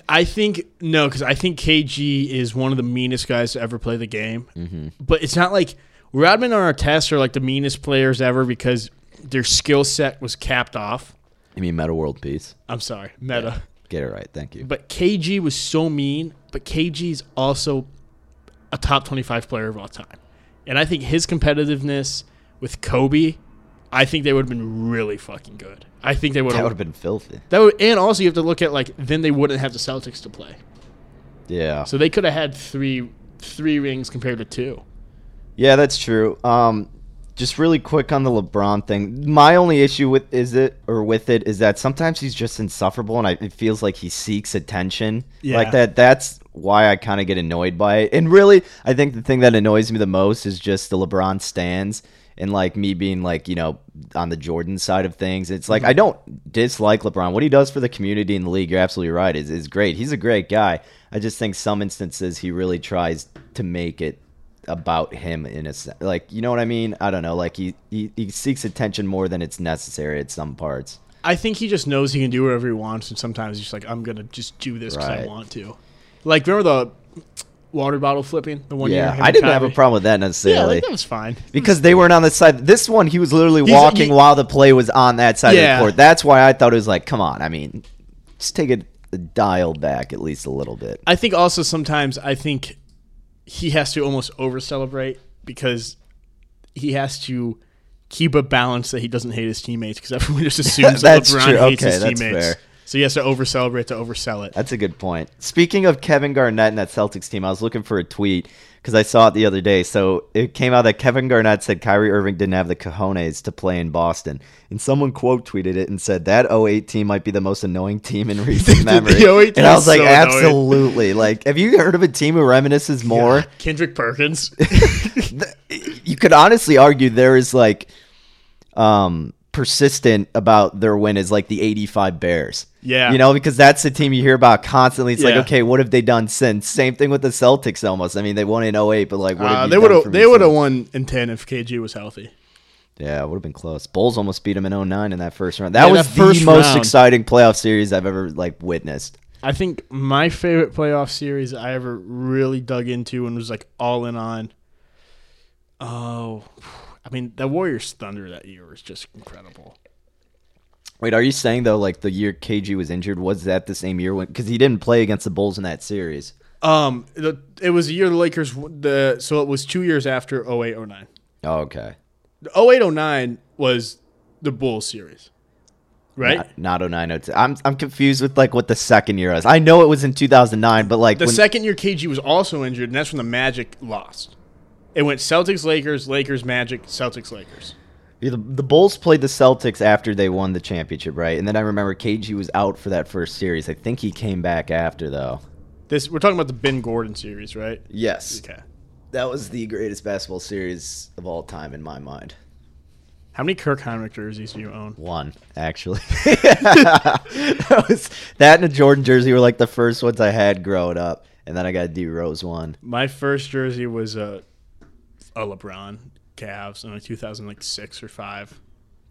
Speaker 1: I think no, because I think KG is one of the meanest guys to ever play the game.
Speaker 2: Mm-hmm.
Speaker 1: But it's not like Rodman or Artest are like the meanest players ever because their skill set was capped off.
Speaker 2: I mean, Meta World Peace.
Speaker 1: I'm sorry, meta.
Speaker 2: Get it right. Thank you.
Speaker 1: But KG was so mean. But KG is also a top 25 player of all time, and I think his competitiveness with Kobe, I think they would have been really fucking good. I think they would
Speaker 2: That would
Speaker 1: have.
Speaker 2: have been filthy.
Speaker 1: That would, and also you have to look at like then they wouldn't have the Celtics to play.
Speaker 2: Yeah.
Speaker 1: So they could have had three three rings compared to two.
Speaker 2: Yeah, that's true. Um, just really quick on the LeBron thing. My only issue with is it or with it is that sometimes he's just insufferable, and I, it feels like he seeks attention.
Speaker 1: Yeah.
Speaker 2: Like that. That's why I kind of get annoyed by it. And really, I think the thing that annoys me the most is just the LeBron stands and like me being like, you know, on the Jordan side of things. It's
Speaker 1: Mm-hmm.
Speaker 2: like I don't dislike LeBron. What he does for the community and the league, you're absolutely right, is is great. He's a great guy. I just think some instances he really tries to make it about him in a se- like you know what I mean? I don't know. Like he, he he seeks attention more than it's necessary at some parts.
Speaker 1: I think he just knows he can do whatever he wants, and sometimes he's just like, I'm gonna just do this because I
Speaker 2: Right.
Speaker 1: want to. Like remember the water bottle flipping the one year?
Speaker 2: Yeah,
Speaker 1: him
Speaker 2: I
Speaker 1: and
Speaker 2: didn't have a
Speaker 1: Kyrie?
Speaker 2: problem with that
Speaker 1: Yeah,
Speaker 2: necessarily.
Speaker 1: like, that was fine.
Speaker 2: because they weren't on the side. This one, he was literally
Speaker 1: He's-
Speaker 2: walking
Speaker 1: he-
Speaker 2: while the play was on that side of
Speaker 1: Yeah.
Speaker 2: the court. That's why I thought it was like, come on. I mean, just take it a dial back at least a little bit.
Speaker 1: I think also sometimes I think he has to almost over celebrate because he has to keep a balance that he doesn't hate his teammates because everyone just assumes that
Speaker 2: That's
Speaker 1: LeBron
Speaker 2: true.
Speaker 1: hates
Speaker 2: Okay,
Speaker 1: his
Speaker 2: that's
Speaker 1: teammates.
Speaker 2: fair.
Speaker 1: So he has to over celebrate to oversell it.
Speaker 2: That's a good point. Speaking of Kevin Garnett and that Celtics team, I was looking for a tweet because I saw it the other day. So it came out that Kevin Garnett said Kyrie Irving didn't have the cojones to play in Boston. And someone quote tweeted it and said that 08 team might be the most annoying team in recent memory.
Speaker 1: 08
Speaker 2: and I was
Speaker 1: team is so
Speaker 2: like,
Speaker 1: annoying.
Speaker 2: absolutely. Like, have you heard of a team who reminisces more?
Speaker 1: Kendrick Perkins.
Speaker 2: th- you could honestly argue there is like um persistent about their win is like the 85 bears
Speaker 1: Yeah.
Speaker 2: you know because that's the team you hear about constantly it's
Speaker 1: Yeah.
Speaker 2: like okay what have they done since same thing with the celtics almost i mean they won in 08 but like what have
Speaker 1: Uh,
Speaker 2: you
Speaker 1: they
Speaker 2: done
Speaker 1: would
Speaker 2: for
Speaker 1: have
Speaker 2: me
Speaker 1: they would have
Speaker 2: since?
Speaker 1: won in ten if KG was healthy.
Speaker 2: yeah would have been close bulls almost beat them in 09 in that first round that
Speaker 1: Yeah,
Speaker 2: was
Speaker 1: that
Speaker 2: the
Speaker 1: first
Speaker 2: most
Speaker 1: round.
Speaker 2: exciting playoff series i've ever like witnessed
Speaker 1: I think my favorite playoff series I ever really dug into and was like all in on. Oh, I mean that Warriors Thunder that year was just incredible.
Speaker 2: wait are you saying though like the year kg was injured was that the same year when because he didn't play against the bulls in that series
Speaker 1: Um, the, it was the year the Lakers w- the so it was two years after 08 09.
Speaker 2: oh, okay
Speaker 1: The 08 09 was the Bulls series, right?
Speaker 2: Not, oh not 0902. I'm I'm confused with like what the second year was. I know it was in 2009, but like
Speaker 1: the
Speaker 2: when,
Speaker 1: second year KG was also injured, and that's when the Magic lost. It went Celtics Lakers Lakers Magic Celtics Lakers.
Speaker 2: the, the Bulls played the Celtics after they won the championship, right? And then I remember KG was out for that first series. I think he came back after though.
Speaker 1: This we're talking about the Ben Gordon series, right?
Speaker 2: Yes.
Speaker 1: Okay.
Speaker 2: That was the greatest basketball series of all time in my mind.
Speaker 1: How many Kirk Heinrich jerseys do you own?
Speaker 2: One, actually. that was that and a Jordan jersey were like the first ones I had growing up. And then I got a D Rose one.
Speaker 1: My first jersey was a a LeBron Cavs in like 2006 or five.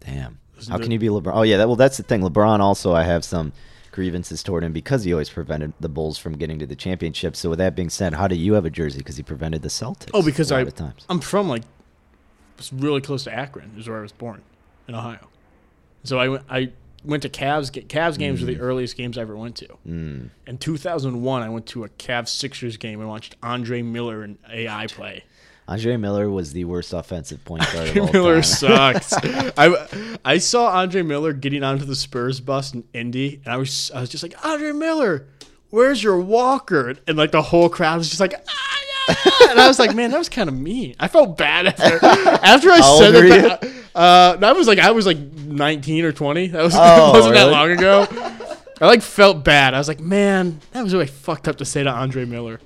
Speaker 2: Damn. How
Speaker 1: the-
Speaker 2: can you be LeBron? Oh yeah, that, well that's the thing. LeBron also I have some grievances toward him because he always prevented the Bulls from getting to the championship. So with that being said, how do you have a jersey because he prevented the Celtics?
Speaker 1: Oh, because
Speaker 2: a lot
Speaker 1: I
Speaker 2: of times.
Speaker 1: I'm from like was really close to Akron, is where I was born in Ohio. So I went I went to Cavs ga- Cavs games
Speaker 2: Mm.
Speaker 1: were the earliest games I ever went to. Mm. In 2001, I went to a Cavs Sixers game and watched Andre Miller and AI play.
Speaker 2: Andre Miller was the worst offensive point guard of all
Speaker 1: Miller
Speaker 2: time.
Speaker 1: sucks. I I saw Andre Miller getting onto the Spurs bus in Indy, and I was I was just like Andre Miller, where's your walker? And like the whole crowd was just like. "Ah, yeah." And I was like, man, that was kind of mean. I felt bad after after I
Speaker 2: How
Speaker 1: said
Speaker 2: old were
Speaker 1: that. Uh, that was like I was like nineteen or twenty. That was
Speaker 2: Oh,
Speaker 1: wasn't that
Speaker 2: really?
Speaker 1: long ago. I like felt bad. I was like, man, that was really fucked up to say to Andre Miller.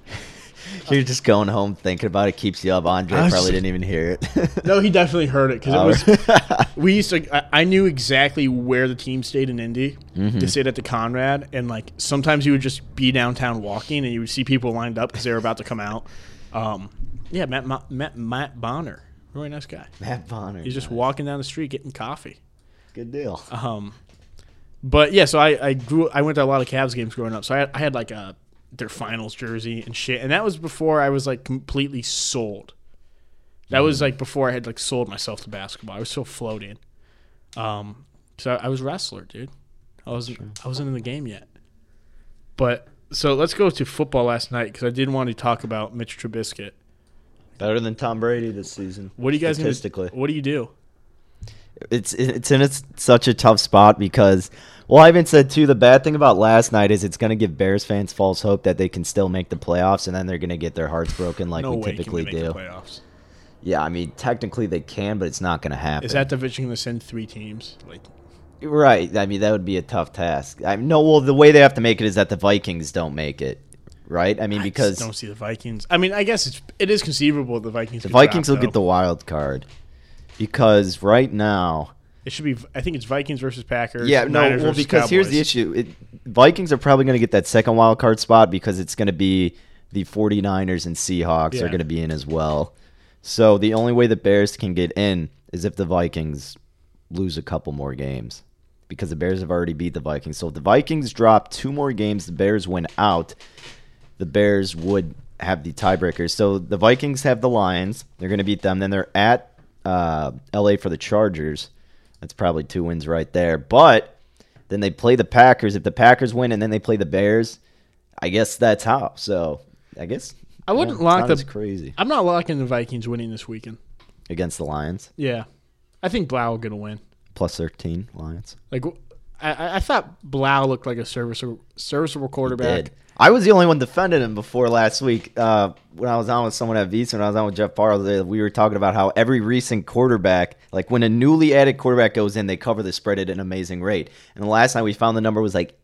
Speaker 2: You're just going home thinking about it keeps you up. Andre
Speaker 1: I was
Speaker 2: probably
Speaker 1: just-
Speaker 2: didn't even hear it.
Speaker 1: No, he definitely heard it because it
Speaker 2: Oh,
Speaker 1: was we used to I, I knew exactly where the team stayed in indy they stayed at the conrad and like sometimes you would just be downtown walking and you would see people lined up because they were about to come out um, yeah matt, Ma- matt matt bonner really nice guy
Speaker 2: Matt Bonner.
Speaker 1: he's just walking down the street getting coffee
Speaker 2: good deal.
Speaker 1: um, but yeah so I, I grew i went to a lot of cavs games growing up so i, I had like a their finals jersey and shit and that was before i was like completely sold that was like before i had like sold myself to basketball i was still floating um, so I was a wrestler, dude. I wasn't I wasn't in the game yet. But so let's go to football last night because I did want to talk about Mitch Trubisky.
Speaker 2: Better than Tom Brady this season.
Speaker 1: What do you guys gonna-
Speaker 2: statistically?
Speaker 1: what do you do?
Speaker 2: it's it's in a, such a tough spot because well I even said too the bad thing about last night is it's going to give Bears fans false hope that they can still make the playoffs and then they're going to get their hearts broken like
Speaker 1: No
Speaker 2: we
Speaker 1: way can we
Speaker 2: typically
Speaker 1: make the
Speaker 2: do.
Speaker 1: playoffs.
Speaker 2: Yeah, I mean technically they can, but it's not going to happen.
Speaker 1: Is that division going to send three teams? Like
Speaker 2: right? I mean that would be a tough task. I no well the way they have to make it is that the Vikings don't make it. right? I mean,
Speaker 1: I
Speaker 2: because
Speaker 1: just don't see the Vikings. I mean, I guess it's it is conceivable the Vikings.
Speaker 2: the Vikings will get the wild card because right now,
Speaker 1: It should be. I think it's Vikings versus Packers.
Speaker 2: yeah, no,
Speaker 1: Niners
Speaker 2: well,
Speaker 1: versus
Speaker 2: because here's the
Speaker 1: Cowboys.
Speaker 2: issue: it, Vikings are probably going to get that second wild card spot because it's going to be the 49ers and Seahawks are
Speaker 1: Yeah.
Speaker 2: going to be in as well. So the only way the Bears can get in is if the Vikings lose a couple more games because the Bears have already beat the Vikings. So if the Vikings drop two more games, the Bears win out. the Bears would have the tiebreakers. So the Vikings have the Lions. They're going to beat them. Then they're at uh, LA for the Chargers. That's probably two wins right there. But then they play the Packers. If the Packers win and then they play the Bears, I guess that's how. So I guess
Speaker 1: I wouldn't
Speaker 2: yeah,
Speaker 1: lock
Speaker 2: not
Speaker 1: the-
Speaker 2: as crazy
Speaker 1: I'm not locking the Vikings winning this weekend.
Speaker 2: against the Lions.
Speaker 1: Yeah, I think Blau gonna win.
Speaker 2: Plus thirteen Lions.
Speaker 1: Like w- I- I, I thought Blau looked like a serviceable serviceable quarterback.
Speaker 2: Did. I was the only one defending him before last week. Uh, when I was on with someone at Visa, when I was on with Jeff Farrell, they- we were talking about how every recent quarterback, like when a newly added quarterback goes in, they cover the spread at an amazing rate. And the last time we found the number was like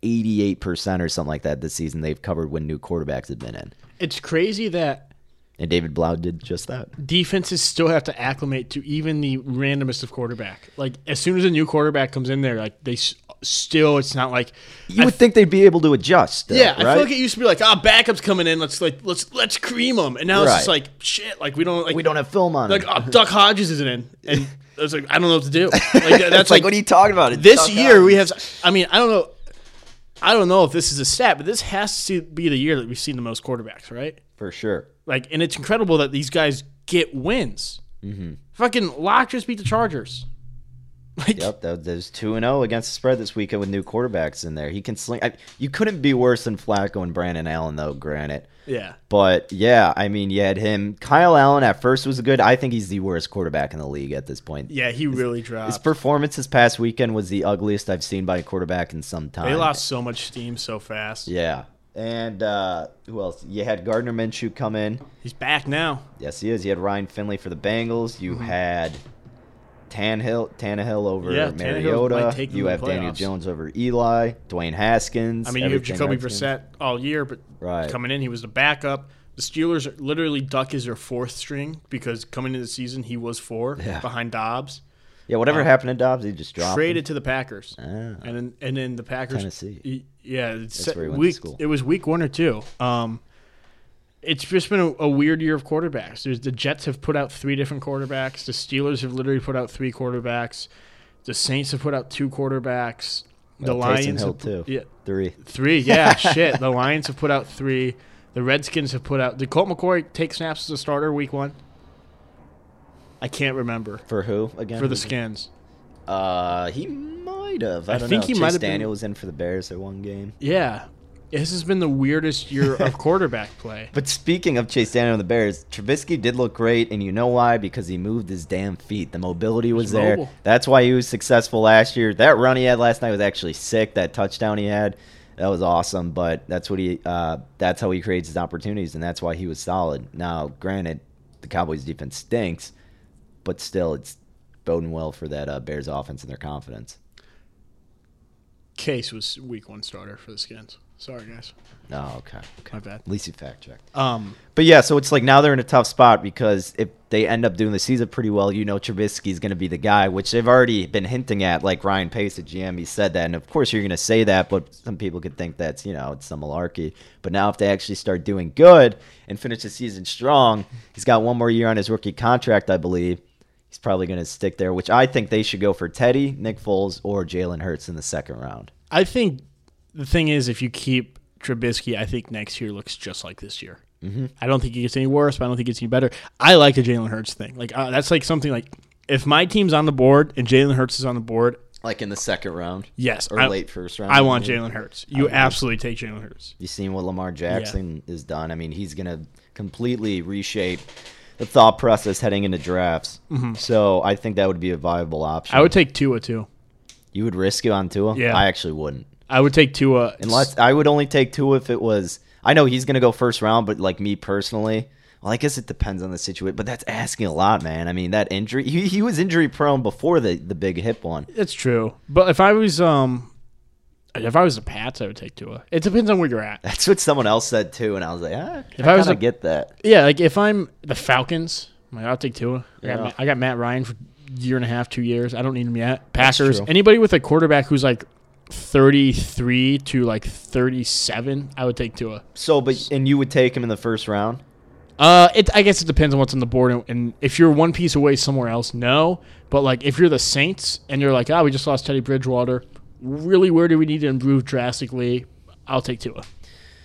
Speaker 2: 88% or something like that this season they've covered when new quarterbacks have been in.
Speaker 1: It's crazy that
Speaker 2: And David Blau did just that.
Speaker 1: defenses still have to acclimate to even the randomest of quarterback. Like as soon as a new quarterback comes in there, like they s- still it's not like
Speaker 2: You
Speaker 1: I
Speaker 2: would think they'd be able to adjust. though,
Speaker 1: Yeah, I
Speaker 2: right?
Speaker 1: feel like it used to be like, ah, backups coming in. Let's like let's let's cream them. And now it's just
Speaker 2: Right.
Speaker 1: like shit. Like we don't like
Speaker 2: we don't have film on
Speaker 1: like
Speaker 2: him.
Speaker 1: oh, Duck Hodges isn't in, and it's like I don't know what to do. Like that-
Speaker 2: That's
Speaker 1: that's
Speaker 2: like,
Speaker 1: like,
Speaker 2: what are you talking about? It's
Speaker 1: this
Speaker 2: Doug
Speaker 1: year
Speaker 2: Hodges.
Speaker 1: we have. I mean, I don't know. I don't know if this is a stat, but this has to be the year that we've seen the most quarterbacks, right?
Speaker 2: for sure.
Speaker 1: Like, and it's incredible that these guys get wins.
Speaker 2: Mm-hmm.
Speaker 1: Fucking Locke just beat the Chargers. Like,
Speaker 2: Yep, that, there's two and zero against the spread this weekend with new quarterbacks in there. He can sling. I, you couldn't be worse than Flacco and Brandon Allen, though. Granted,
Speaker 1: yeah,
Speaker 2: but yeah, I mean, you had him. Kyle Allen at first was good. I think he's the worst quarterback in the league at this point.
Speaker 1: yeah, he really
Speaker 2: His
Speaker 1: dropped.
Speaker 2: performance this past weekend was the ugliest I've seen by a quarterback in some time.
Speaker 1: They lost so much steam so fast.
Speaker 2: Yeah, and uh, who else? You had Gardner Minshew come in.
Speaker 1: He's back now.
Speaker 2: Yes, he is. You had Ryan Finley for the Bengals. You
Speaker 1: Mm-hmm.
Speaker 2: had Tanhill, Tannehill over
Speaker 1: Yeah, Tannehill
Speaker 2: Mariota.
Speaker 1: might take them
Speaker 2: You
Speaker 1: to
Speaker 2: have
Speaker 1: the
Speaker 2: Daniel
Speaker 1: playoffs.
Speaker 2: Jones over Eli, Dwayne Haskins.
Speaker 1: I mean, you have
Speaker 2: everything
Speaker 1: Jacoby
Speaker 2: right there.
Speaker 1: Brissett all year, but
Speaker 2: Right.
Speaker 1: coming in, he was the backup. The Steelers are, literally Duck is their fourth string because coming into the season he was four
Speaker 2: Yeah.
Speaker 1: behind Dobbs.
Speaker 2: Yeah, whatever happened to Dobbs, he just dropped. him.
Speaker 1: Uh, Traded to the Packers,
Speaker 2: Ah.
Speaker 1: and then and then the Packers.
Speaker 2: Tennessee.
Speaker 1: y- Yeah, it's se-
Speaker 2: where he went to
Speaker 1: week,
Speaker 2: school.
Speaker 1: It was week one or two. Um, it's just been a, a weird year of quarterbacks. There's the Jets have put out three different quarterbacks. The Steelers have literally put out three quarterbacks. The Saints have put out two quarterbacks. The
Speaker 2: Well, Taysom
Speaker 1: Lions
Speaker 2: Hill,
Speaker 1: have put-
Speaker 2: too.
Speaker 1: Yeah,
Speaker 2: Three.
Speaker 1: Three, yeah, shit. The Lions have put out three. The Redskins have put out. Did Colt McCoy take snaps as a starter week one? I can't remember
Speaker 2: For who again?
Speaker 1: for the Skins.
Speaker 2: Uh, he might have. I,
Speaker 1: I
Speaker 2: don't
Speaker 1: think
Speaker 2: know.
Speaker 1: he
Speaker 2: Chase
Speaker 1: might have been-
Speaker 2: Daniel was in for the Bears at one game.
Speaker 1: Yeah, this has been the weirdest year of quarterback play.
Speaker 2: But speaking of Chase Daniel and the Bears, Trubisky did look great, and you know why? Because he moved his damn feet. The mobility was
Speaker 1: He's
Speaker 2: there.
Speaker 1: mobile.
Speaker 2: That's why he was successful last year. That run he had last night was actually sick. That touchdown he had, that was awesome. But that's what he. Uh, that's how he creates his opportunities, and that's why he was solid. Now, granted, the Cowboys' defense stinks, but still, it's boding well for that uh, Bears offense and their confidence.
Speaker 1: Case was week one starter for the Skins. Sorry guys,
Speaker 2: Oh, okay. okay.
Speaker 1: my bad.
Speaker 2: At least you fact checked.
Speaker 1: Um,
Speaker 2: But yeah, so it's like now they're in a tough spot because if they end up doing the season pretty well, you know Trubisky's going to be the guy, which they've already been hinting at. Like Ryan Pace at GM, he said that, and of course you're going to say that, but some people could think that's you know it's some malarkey. But now if they actually start doing good and finish the season strong, he's got one more year on his rookie contract, I believe. He's probably going to stick there, which I think they should go for Teddy, Nick Foles, or Jalen Hurts in the second round.
Speaker 1: I think the thing is, if you keep Trubisky, I think next year looks just like this year. Mm-hmm. I don't think it gets any worse, but I don't think it gets any better. I like the Jalen Hurts thing. Like uh, that's like something like if my team's on the board and Jalen Hurts is on the board,
Speaker 2: Like in the second round,
Speaker 1: yes,
Speaker 2: or
Speaker 1: I,
Speaker 2: late first round.
Speaker 1: I want
Speaker 2: maybe.
Speaker 1: Jalen Hurts. You absolutely take Jalen Hurts.
Speaker 2: You seen what Lamar Jackson has done? I mean, he's gonna completely reshape the thought process heading into drafts. So I think that would be a viable option.
Speaker 1: Mm-hmm. I would take Tua too.
Speaker 2: you would risk it on Tua?
Speaker 1: Yeah.
Speaker 2: I actually wouldn't.
Speaker 1: I would take Tua
Speaker 2: Unless I would only take Tua if it was. I know he's gonna go first round, but like me personally, well, I guess it depends on the situation. But that's asking a lot, man. I mean, that injury. He, he was injury prone before the the big hip one.
Speaker 1: That's true. But if I was um If I was the Pats, I would take Tua. It depends on where you're at.
Speaker 2: That's what someone else said too, and I was like, ah,
Speaker 1: If
Speaker 2: I,
Speaker 1: I was
Speaker 2: kind
Speaker 1: a-
Speaker 2: of get that.
Speaker 1: Yeah, like if I'm the Falcons, I'm like, I'll take Tua. I got,
Speaker 2: Yeah.
Speaker 1: Ma- I got Matt Ryan for a year and a half, two years. I don't need him yet. Packers.
Speaker 2: true.
Speaker 1: Anybody with a quarterback who's like 33 to like 37, I would take Tua.
Speaker 2: So, but and you would take him in the first round.
Speaker 1: Uh, it. I guess it depends on what's on the board, and, and if you're one piece away somewhere else, no. But like, if you're the Saints and you're like, ah, we just lost Teddy Bridgewater. Really, where do we need to improve drastically? I'll take Tua.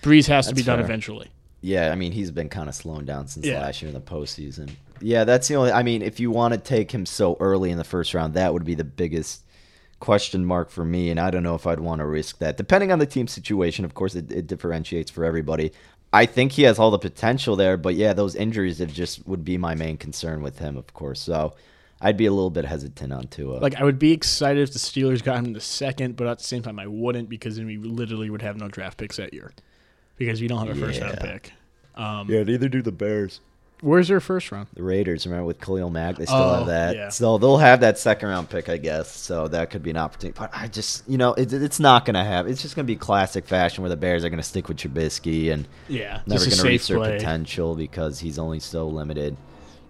Speaker 1: Breeze has to be
Speaker 2: That's
Speaker 1: done
Speaker 2: fair.
Speaker 1: eventually.
Speaker 2: Yeah, I mean he's been kind of slowing down since
Speaker 1: Yeah.
Speaker 2: last year in the postseason. Yeah, that's the only. I mean, if you want to take him so early in the first round, that would be the biggest question mark for me, and I don't know if I'd want to risk that. Depending on the team situation, of course, it, it differentiates for everybody. I think he has all the potential there, but yeah, those injuries have just would be my main concern with him, of course. So I'd be a little bit hesitant on Tua.
Speaker 1: Like, I would be excited if the Steelers got him in the second, but at the same time, I wouldn't because then we literally would have no draft picks that year because we don't have a first round
Speaker 2: Yeah.
Speaker 1: pick. Um,
Speaker 2: yeah, neither do the Bears.
Speaker 1: Where's their first round?
Speaker 2: The Raiders, remember with Khalil Mack, they still
Speaker 1: Oh,
Speaker 2: have that.
Speaker 1: yeah.
Speaker 2: So they'll have that second round pick, I guess. So that could be an opportunity. But I just, you know, it, it's not going to have. It's just going to be classic fashion where the Bears are going to stick with Trubisky and
Speaker 1: Yeah,
Speaker 2: never
Speaker 1: just a
Speaker 2: going to reach
Speaker 1: safe
Speaker 2: their
Speaker 1: play.
Speaker 2: potential because he's only so limited.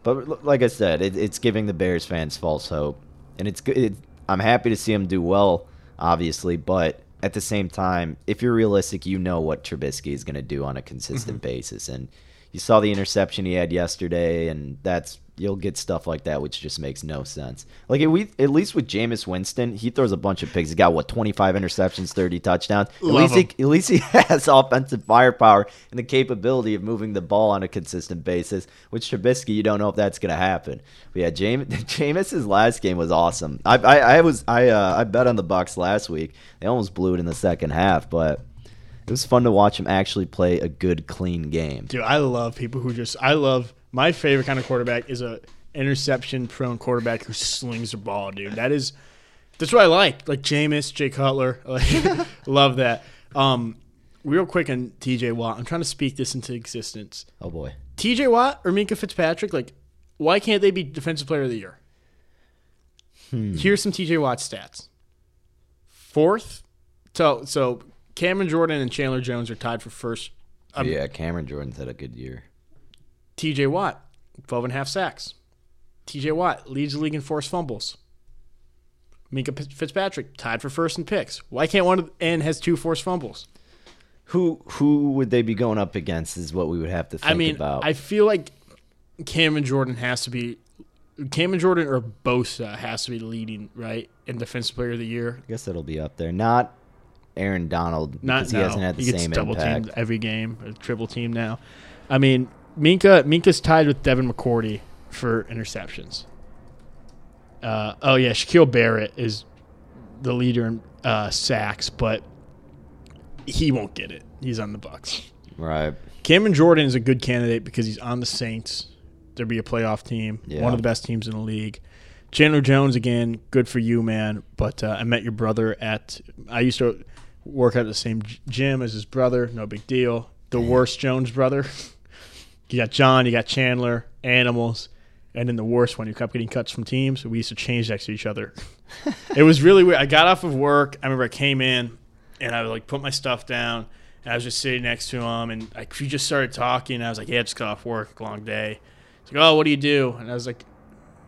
Speaker 2: But l- like I said, it, it's giving the Bears fans false hope, and it's good. It, I'm happy to see him do well, obviously, but at the same time, if you're realistic, you know what Trubisky is going to do on a consistent
Speaker 1: Mm-hmm.
Speaker 2: basis, and you saw the interception he had yesterday, and that's you'll get stuff like that, which just makes no sense. Like at, we, at least with Jameis Winston, he throws a bunch of picks. He's got what 25 interceptions, 30 touchdowns. At
Speaker 1: Love
Speaker 2: least
Speaker 1: him.
Speaker 2: he at least he has offensive firepower and the capability of moving the ball on a consistent basis. With Trubisky, you don't know if that's going to happen. But yeah, Jame- Jameis's last game was awesome. I I, I was I uh, I bet on the Bucks last week. They almost blew it in the second half, but it was fun to watch him actually play a good, clean game.
Speaker 1: Dude, I love people who just I love my favorite kind of quarterback is a interception prone quarterback who slings the ball, dude. That is that's what I like. Like Jameis, Jay Cutler. Like love that. Um real quick on TJ Watt. I'm trying to speak this into existence.
Speaker 2: Oh boy,
Speaker 1: TJ Watt or Minka Fitzpatrick, like why can't they be defensive player of the year? Here's some TJ Watt stats. Fourth, so so Cameron Jordan and Chandler Jones are tied for first Um,
Speaker 2: yeah, Cameron Jordan's had a good year.
Speaker 1: TJ Watt, 12 and a half sacks. TJ Watt leads the league in forced fumbles. Minka P- Fitzpatrick tied for first in picks. Why can't one of and has two forced fumbles?
Speaker 2: Who who would they be going up against? Is what we would have to think
Speaker 1: I mean,
Speaker 2: about.
Speaker 1: I feel like Cam and Jordan has to be Cam and Jordan or Bosa has to be leading, right? In defensive player of the year.
Speaker 2: guess it'll be up there. Not Aaron Donald because
Speaker 1: Not
Speaker 2: he
Speaker 1: now.
Speaker 2: hasn't had the
Speaker 1: he gets
Speaker 2: same
Speaker 1: double
Speaker 2: impact.
Speaker 1: teamed every game, or triple team now. I mean, Minka Minka's tied with Devin McCourty for interceptions. Uh, oh yeah, Shaquille Barrett is the leader in uh, sacks, but he won't get it. He's on the Bucks.
Speaker 2: Right.
Speaker 1: Cameron Jordan is a good candidate because he's on the Saints. There'd be a playoff team,
Speaker 2: Yeah.
Speaker 1: one of the best teams in the league. Chandler Jones again, good for you, man. But uh, I met your brother at. I used to work at the same g- gym as his brother. No big deal. The worst Jones brother. you got John. You got Chandler. Animals. And then the worst one, you kept getting cuts from teams. We used to change next to each other. it was really weird. I got off of work. I remember I came in and I would like put my stuff down. And I was just sitting next to him, and like we just started talking. I was like, "Yeah, I just got off work, long day." He's like, "Oh, what do you do?" And I was like,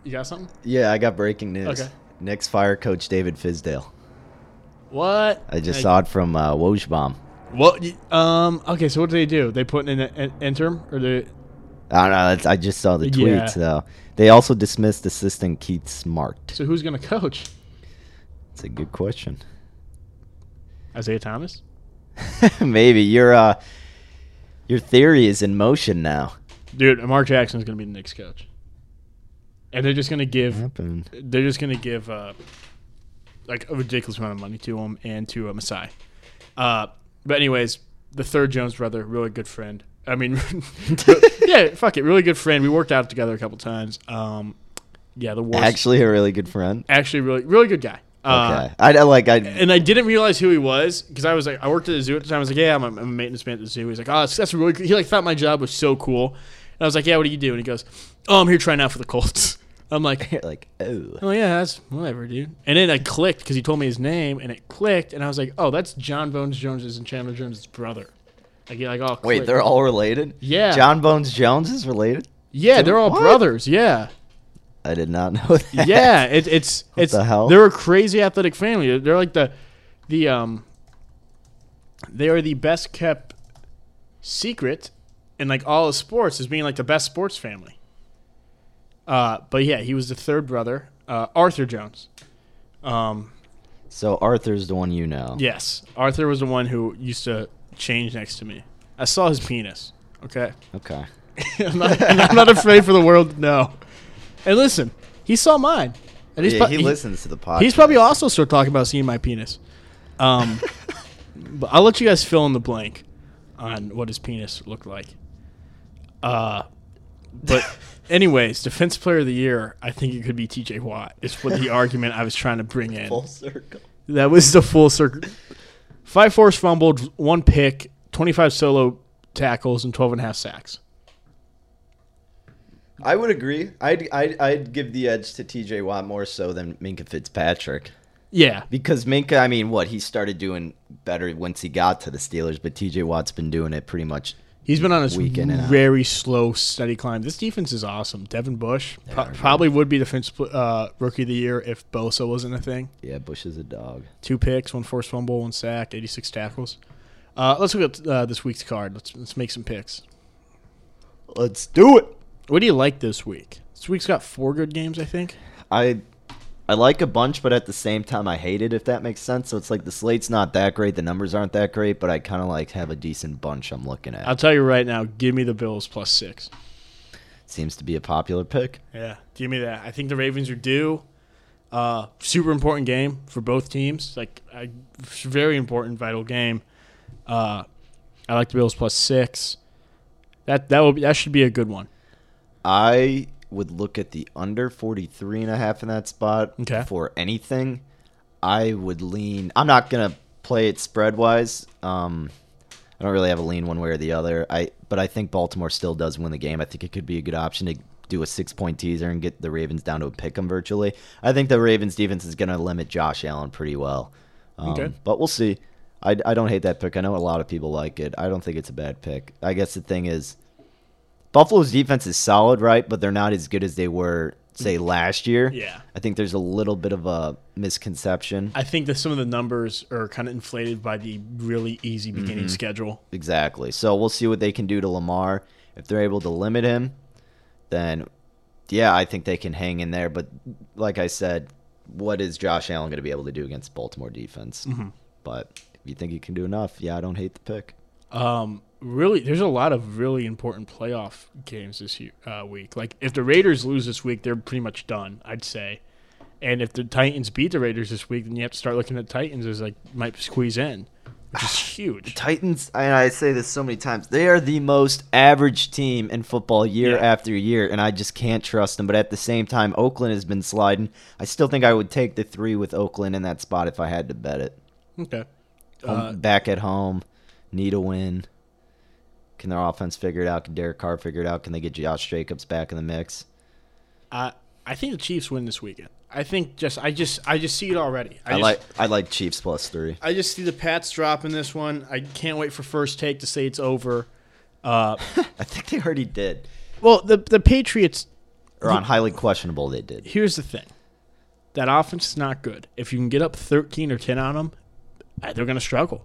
Speaker 1: "You got something?
Speaker 2: Yeah, I got breaking news.
Speaker 1: Okay.
Speaker 2: Knicks fire coach David Fizdale.
Speaker 1: What?"
Speaker 2: I just
Speaker 1: Like,
Speaker 2: saw it from uh, Wojbaum.
Speaker 1: What? you- Um. Okay. So what do they do? They put in an, an interim, or they?
Speaker 2: I don't know. That's, I just saw the tweet.
Speaker 1: Yeah.
Speaker 2: So they also dismissed assistant Keith Smart.
Speaker 1: So who's gonna coach?
Speaker 2: It's a good question.
Speaker 1: Isaiah Thomas.
Speaker 2: Maybe your uh, your theory is in motion now.
Speaker 1: Dude, Mark Jackson's gonna be the Knicks coach, and they're just gonna give
Speaker 2: Happened.
Speaker 1: they're just gonna give uh, like a ridiculous amount of money to him and to uh, Masai. Uh, but anyways, the third Jones brother, really good friend. I mean, yeah, fuck it, really good friend. We worked out together a couple times. Um, yeah, the worst. Actually,
Speaker 2: Actually, a really good friend.
Speaker 1: really, really good guy. Uh,
Speaker 2: okay. I I- like. I
Speaker 1: And I didn't realize who he was because I was like, I worked at the zoo at the time. I was like, yeah, I'm a, I'm a maintenance man at the zoo. He's like, oh, that's, that's really. Cool. He like thought my job was so cool, and I was like, yeah, what do you do? And he goes, oh, I'm here trying out for the Colts. I'm like,
Speaker 2: You're like, oh.
Speaker 1: oh yeah, that's whatever, dude. And then I clicked because he told me his name, and it clicked, and I was like, oh, that's John Bones Jones's and Chandler Jones's brother. Like, yeah, like oh,
Speaker 2: Wait,
Speaker 1: click.
Speaker 2: they're all related?
Speaker 1: Yeah.
Speaker 2: John Bones Jones is related?
Speaker 1: yeah, they're all
Speaker 2: What?
Speaker 1: brothers. Yeah,
Speaker 2: I did not know that.
Speaker 1: yeah. It, it's it's
Speaker 2: the hell?
Speaker 1: they're a crazy athletic family. They're- They're like the the um they are the best kept secret in like all of sports as being like the best sports family. Uh, but yeah, he was the third brother, uh, Arthur Jones. Um,
Speaker 2: So Arthur's the one you know.
Speaker 1: Yes, Arthur was the one who used to change next to me. I saw his penis. Okay,
Speaker 2: Okay.
Speaker 1: I'm, not, and I'm not afraid for the world. No, and listen, he saw mine. And he's
Speaker 2: yeah,
Speaker 1: pro-
Speaker 2: he,
Speaker 1: he-
Speaker 2: listens to the podcast.
Speaker 1: He's probably also still talking about seeing my penis. Um, but I'll let you guys fill in the blank on what his penis looked like. Uh, but anyways, defense player of the year, I think it could be T.J. Watt. Is what the argument I was trying to bring in.
Speaker 2: full circle.
Speaker 1: That was the full circle. Five forced fumbled, one pick, 25 solo tackles, and 12 and a half sacks.
Speaker 2: I would agree. I'd, I'd, I'd give the edge to TJ Watt more so than Minka Fitzpatrick.
Speaker 1: Yeah.
Speaker 2: Because Minka, I mean, what? He started doing better once he got to the Steelers, but TJ Watt's been doing it pretty much.
Speaker 1: He's been on this
Speaker 2: Week in and out.
Speaker 1: very slow, steady climb. This defense is awesome. Devin Bush pro- probably would be defensive pl- uh, rookie of the year if Bosa wasn't a thing.
Speaker 2: Yeah, Bush is a dog.
Speaker 1: Two picks, one forced fumble, one sack, 86 tackles. Uh, let's look at uh, this week's card. Let's, let's make some picks.
Speaker 2: Let's do it.
Speaker 1: What do you like this week? This week's got four good games, I think.
Speaker 2: I I like a bunch, but at the same time, I hate it. If that makes sense, so it's like the slate's not that great, the numbers aren't that great, but I kind of like have a decent bunch. I'm looking at.
Speaker 1: I'll tell you right now, give me the Bills plus six.
Speaker 2: Seems to be a popular pick.
Speaker 1: Yeah, give me that. I think the Ravens are due. Uh, super important game for both teams. Like, I, very important, vital game. Uh, I like the Bills plus six. That that will be, that should be a good one.
Speaker 2: I would look at the under 43 and a half in that spot
Speaker 1: Okay.
Speaker 2: for anything. I would lean. I'm not gonna play it spread wise. Um, I don't really have a lean one way or the other. I but I think Baltimore still does win the game. I think it could be a good option to do a six point teaser and get the Ravens down to a pick 'em virtually. I think the Ravens defense is gonna limit Josh Allen pretty well. Um,
Speaker 1: Okay.
Speaker 2: But we'll see. I, I don't hate that pick. I know a lot of people like it. I don't think it's a bad pick. I guess the thing is, Buffalo's defense is solid, right? But they're not as good as they were, say, last year.
Speaker 1: Mm. Yeah.
Speaker 2: I think there's a little bit of a misconception.
Speaker 1: I think that some of the numbers are kind of inflated by the really easy beginning schedule.
Speaker 2: Exactly. So we'll see what they can do to Lamar. If they're able to limit him, then yeah, I think they can hang in there. But like I said, what is Josh Allen going to be able to do against Baltimore defense?
Speaker 1: Mm-hmm.
Speaker 2: But if you think he can do enough, yeah, I don't hate the pick.
Speaker 1: Um, really, there's a lot of really important playoff games this year, uh, week. Like, if the Raiders lose this week, they're pretty much done, I'd say. And if the Titans beat the Raiders this week, then you have to start looking at Titans as like might squeeze in, which is huge.
Speaker 2: Titans, and I say this so many times, they are the most average team in football year
Speaker 1: Yeah.
Speaker 2: after year, and I just can't trust them. But at the same time, Oakland has been sliding. I still think I would take the three with Oakland in that spot if I had to bet it.
Speaker 1: Okay.
Speaker 2: Home-
Speaker 1: Uh,
Speaker 2: back at home, need a win. Can their offense figure it out? Can Derek Carr figure it out? Can they get Josh Jacobs back in the mix?
Speaker 1: I I think the Chiefs win this weekend. I think just I just I just see it already. I,
Speaker 2: I,
Speaker 1: just,
Speaker 2: like I like Chiefs plus three.
Speaker 1: I just see the Pats dropping this one. I can't wait for first take to say it's over. Uh,
Speaker 2: I think they already did,
Speaker 1: well, the the Patriots
Speaker 2: or on highly questionable they did.
Speaker 1: here's the thing that offense is not good if you can get up 13 or 10 on them they're going to struggle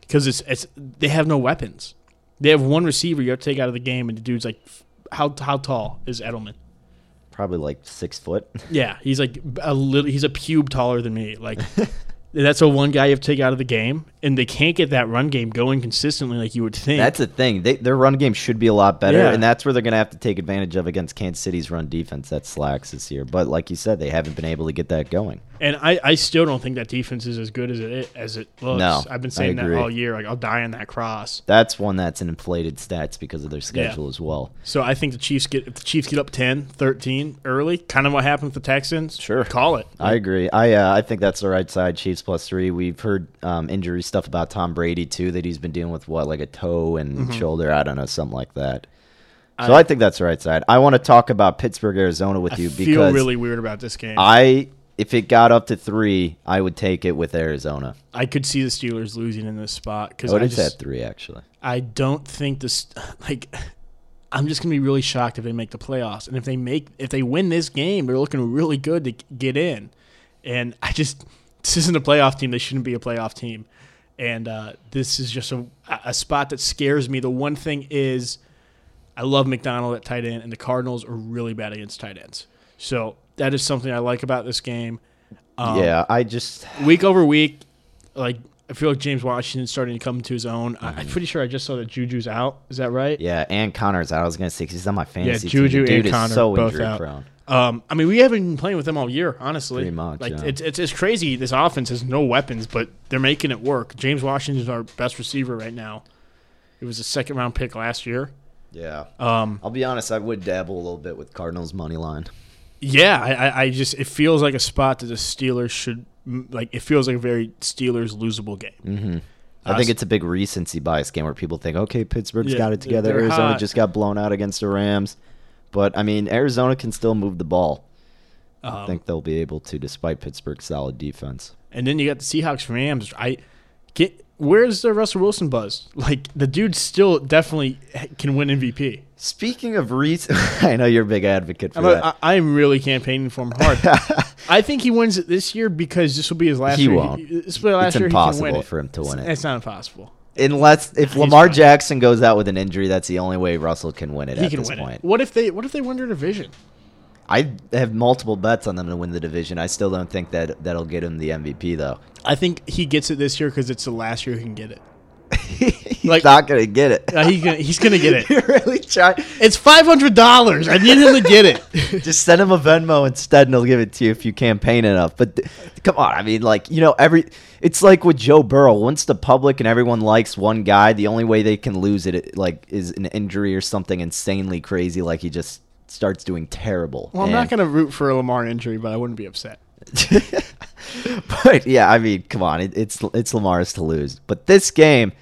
Speaker 1: because it's, it's they have no weapons they have one receiver you have to take out of the game and the dude's like f- how, how tall is edelman
Speaker 2: Probably like six foot.
Speaker 1: yeah he's like a little he's a pube taller than me like that's a one guy you have to take out of the game and they can't get that run game going consistently like you would think
Speaker 2: That's the thing. They, their run game should be a lot better,
Speaker 1: Yeah.
Speaker 2: and that's where they're going to have to take advantage of against Kansas City's run defense that slacks this year. But like you said, they haven't been able to get that going.
Speaker 1: And I, I still don't think that defense is as good as it as it looks.
Speaker 2: No,
Speaker 1: I've been
Speaker 2: I
Speaker 1: saying that
Speaker 2: agree.
Speaker 1: all year. Like I'll die on that cross.
Speaker 2: That's one that's in inflated stats because of their schedule as well.
Speaker 1: So I think the Chiefs get if the Chiefs get up 10, 13 early, kind of what happened with the Texans.
Speaker 2: Sure.
Speaker 1: call it.
Speaker 2: I agree. I uh, I think that's the right side. Chiefs plus three. We've heard um, injury stuff
Speaker 1: Mm-hmm.
Speaker 2: about Tom Brady too that he's been dealing with what like a toe and shoulder. I don't know something like that. So I, think that's the right side. I want to talk about Pittsburgh, Arizona with
Speaker 1: I
Speaker 2: you
Speaker 1: feel
Speaker 2: because
Speaker 1: really weird about this game. I,
Speaker 2: I, if it got up to three, I would take it with Arizona.
Speaker 1: could see the Steelers losing in this spot because
Speaker 2: Oh,
Speaker 1: I
Speaker 2: it is
Speaker 1: just
Speaker 2: at three actually.
Speaker 1: I don't think this like I'm just gonna be really shocked if they make the playoffs. And if they make if they win this game, they're looking really good to get in. And I just this isn't a playoff team. They shouldn't be a playoff team. And uh, this is just a, a spot that scares me. The one thing is, I love McDonald at tight end, and the Cardinals are really bad against tight ends. So that is something I like about this game Um,
Speaker 2: yeah, I just
Speaker 1: week over week, like I feel like James Washington's starting to come to his own. I, I'm pretty sure I just saw that Juju's out. Is that right?
Speaker 2: Mm-hmm. yeah, and Connor's out. I was gonna say 'cause he's on my fantasy
Speaker 1: Juju
Speaker 2: team.
Speaker 1: and
Speaker 2: Dude is
Speaker 1: Connor
Speaker 2: so
Speaker 1: both
Speaker 2: injury
Speaker 1: out.
Speaker 2: prone.
Speaker 1: Um, I mean, we haven't been playing with them all year, honestly.
Speaker 2: Pretty much,
Speaker 1: Like
Speaker 2: yeah.
Speaker 1: it's, it's it's crazy. This offense has no weapons, but they're making it work. James Washington's our best receiver right now. It was a second round pick last year.
Speaker 2: Yeah,
Speaker 1: Um,
Speaker 2: I'll be honest. I would dabble a little bit with Cardinals money line.
Speaker 1: yeah, I, I, I just it feels like a spot that the Steelers should mm, like. It feels like a very Steelers losable
Speaker 2: Mm-hmm.
Speaker 1: game.
Speaker 2: I think
Speaker 1: Uh,
Speaker 2: it's a big recency bias game where people think, okay, Pittsburgh's
Speaker 1: Yeah,
Speaker 2: got it together.
Speaker 1: they're
Speaker 2: Arizona
Speaker 1: hot.
Speaker 2: just got blown out against the Rams, but I mean, Arizona can still move the ball.
Speaker 1: Um,
Speaker 2: I think they'll be able to, despite Pittsburgh's solid defense.
Speaker 1: And then you got the Seahawks Rams. I get where's the Russell Wilson buzz? Like the dude still definitely can win MVP.
Speaker 2: Speaking of reason, I know you're a big advocate for
Speaker 1: I'm,
Speaker 2: that.
Speaker 1: I, I'm really campaigning for him hard. I think he wins it this year because this will be his last
Speaker 2: He
Speaker 1: year.
Speaker 2: won't.
Speaker 1: This will be the last
Speaker 2: It's
Speaker 1: year he can
Speaker 2: impossible
Speaker 1: win it.
Speaker 2: for him to win
Speaker 1: It's-
Speaker 2: it.
Speaker 1: It's not impossible.
Speaker 2: Unless if Lamar
Speaker 1: fine.
Speaker 2: Jackson goes out with an injury, that's the only way Russell can win it
Speaker 1: He
Speaker 2: at
Speaker 1: can
Speaker 2: this
Speaker 1: win
Speaker 2: point.
Speaker 1: it. What if they What if they win their division?
Speaker 2: I have multiple bets on them to win the division. I still don't think that that'll get him the MVP though.
Speaker 1: I think he gets it this year because it's the last year he can get it.
Speaker 2: He's
Speaker 1: Like-
Speaker 2: not gonna get it.
Speaker 1: Uh, he gonna, he's gonna get it.
Speaker 2: you really try.
Speaker 1: It's five hundred dollars. I need him to get it.
Speaker 2: Just send him a Venmo instead, and he'll give it to you if you campaign enough. But th- come on, I mean, like you know, every it's like with Joe Burrow. Once the public and everyone likes one guy, the only way they can lose it like is an injury or something insanely crazy, like he just starts doing terrible.
Speaker 1: well, I'm not
Speaker 2: And-
Speaker 1: gonna root for a Lamar injury, but I wouldn't be upset.
Speaker 2: but yeah, I mean, come on, it, it's it's Lamar's to lose. But this game,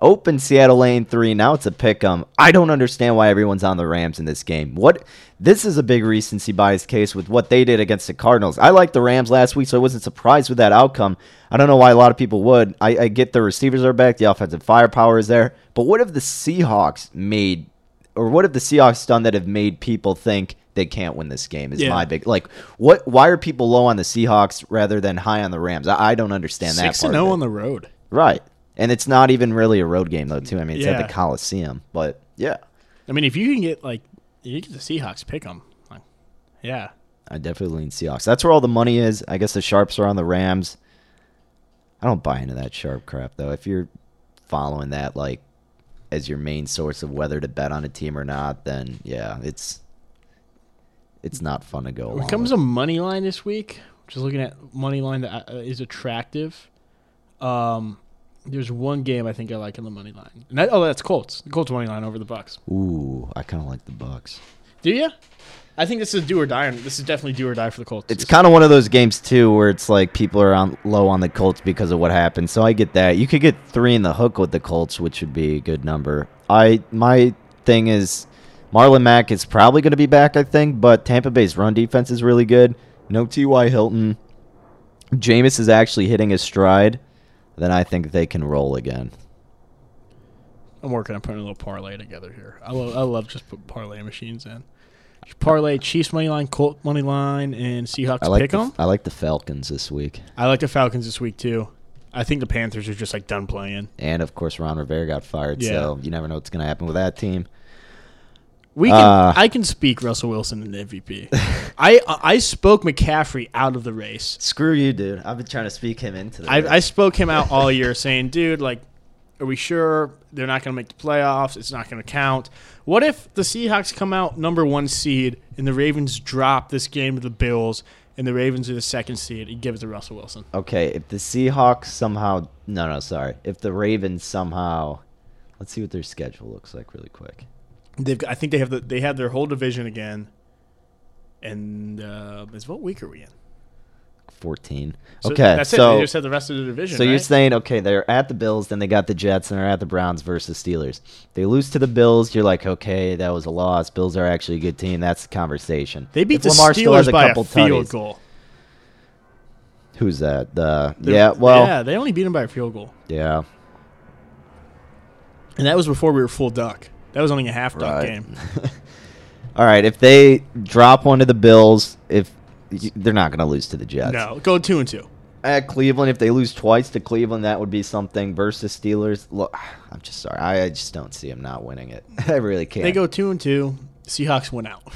Speaker 2: open Seattle lane three. Now it's a pick 'em. I don't understand why everyone's on the Rams in this game. What this is a big recency bias case with what they did against the Cardinals. I liked the Rams last week, so I wasn't surprised with that outcome. I don't know why a lot of people would. I, I get the receivers are back, the offensive firepower is there. But what if the Seahawks made, or what if the Seahawks done that have made people think? They can't win this game. Is
Speaker 1: Yeah.
Speaker 2: my big like what? Why are people low on the Seahawks rather than high on the Rams? I, I don't understand that.
Speaker 1: Six and
Speaker 2: part of
Speaker 1: zero
Speaker 2: it.
Speaker 1: on the road.
Speaker 2: Right. And it's not even really a road game though, too. I mean, it's at
Speaker 1: Yeah.
Speaker 2: the Coliseum, but yeah,
Speaker 1: I mean, if you can get like you get the Seahawks, pick them. Like, yeah,
Speaker 2: I definitely lean Seahawks. That's where all the money is. I guess the sharps are on the Rams. I don't buy into that sharp crap though. If you're following that like as your main source of whether to bet on a team or not, then yeah, it's it's not fun to go
Speaker 1: when
Speaker 2: along.
Speaker 1: it comes
Speaker 2: with.
Speaker 1: to money line this week, just looking at money line that uh, is attractive. Um, there's one game I think I like in the money line, and that, oh, that's Colts. The Colts money line over the Bucks.
Speaker 2: Ooh, I kind of like the Bucks.
Speaker 1: Do you? I think this is do or die. This is definitely do or die for the Colts.
Speaker 2: It's
Speaker 1: This-
Speaker 2: kind of one of those games too, where it's like people are on low on the Colts because of what happened. So I get that. You could get three in the hook with the Colts, which would be a good number. I my thing is Marlon Mack is probably going to be back, I think, but Tampa Bay's run defense is really good. No T. Y. Hilton. Jameis is actually hitting his stride. Then I think they can roll again.
Speaker 1: I'm working on putting a little parlay together here. I love I love just put parlay machines in. Parlay Chiefs money line, Colt money line, and Seahawks
Speaker 2: I like
Speaker 1: pick
Speaker 2: the,
Speaker 1: them.
Speaker 2: I like the Falcons this week,
Speaker 1: I like the Falcons this week too. I think the Panthers are just like done playing.
Speaker 2: and of course Ron Rivera got fired, so
Speaker 1: Yeah.
Speaker 2: you never know what's going to happen with that team.
Speaker 1: We can
Speaker 2: Uh,
Speaker 1: I can speak Russell Wilson in MVP. I I spoke McCaffrey out of the race.
Speaker 2: Screw you, dude. I've been trying to speak him into this.
Speaker 1: I, I spoke him out all year saying, dude, like, are we sure they're not going to make the playoffs? It's not going to count. What if the Seahawks come out number one seed and the Ravens drop this game to the Bills and the Ravens are the second seed and give it to Russell Wilson?
Speaker 2: Okay, if the Seahawks somehow no no sorry. If the Ravens somehow let's see what their schedule looks like really quick.
Speaker 1: They've got, I think they have the, they have their whole division again. And uh, is what week are we in?
Speaker 2: fourteen.
Speaker 1: So
Speaker 2: okay,
Speaker 1: that's it.
Speaker 2: so
Speaker 1: They just had the rest of the division.
Speaker 2: so you're
Speaker 1: right?
Speaker 2: saying okay, they're at the Bills, then they got the Jets, and they're at the Browns versus Steelers. They lose to the Bills. You're like, okay, that was a loss. Bills are actually a good team. That's the conversation.
Speaker 1: they beat
Speaker 2: If
Speaker 1: the
Speaker 2: Lamar still has
Speaker 1: Steelers by a
Speaker 2: couple
Speaker 1: field
Speaker 2: tutties-
Speaker 1: goal.
Speaker 2: Who's that? The
Speaker 1: They're-
Speaker 2: yeah, well, yeah.
Speaker 1: yeah, they only beat them by a field goal, and that was before we were full duck. That was only a half duck
Speaker 2: Right.
Speaker 1: game.
Speaker 2: All right, if they drop one to the Bills, if they're not going to lose to the Jets.
Speaker 1: No, go two and two.
Speaker 2: At Cleveland, if they lose twice to Cleveland, that would be something versus Steelers. Look, I'm just sorry. I, I just don't see them not winning it. I really can't.
Speaker 1: They go two and two. Seahawks went out.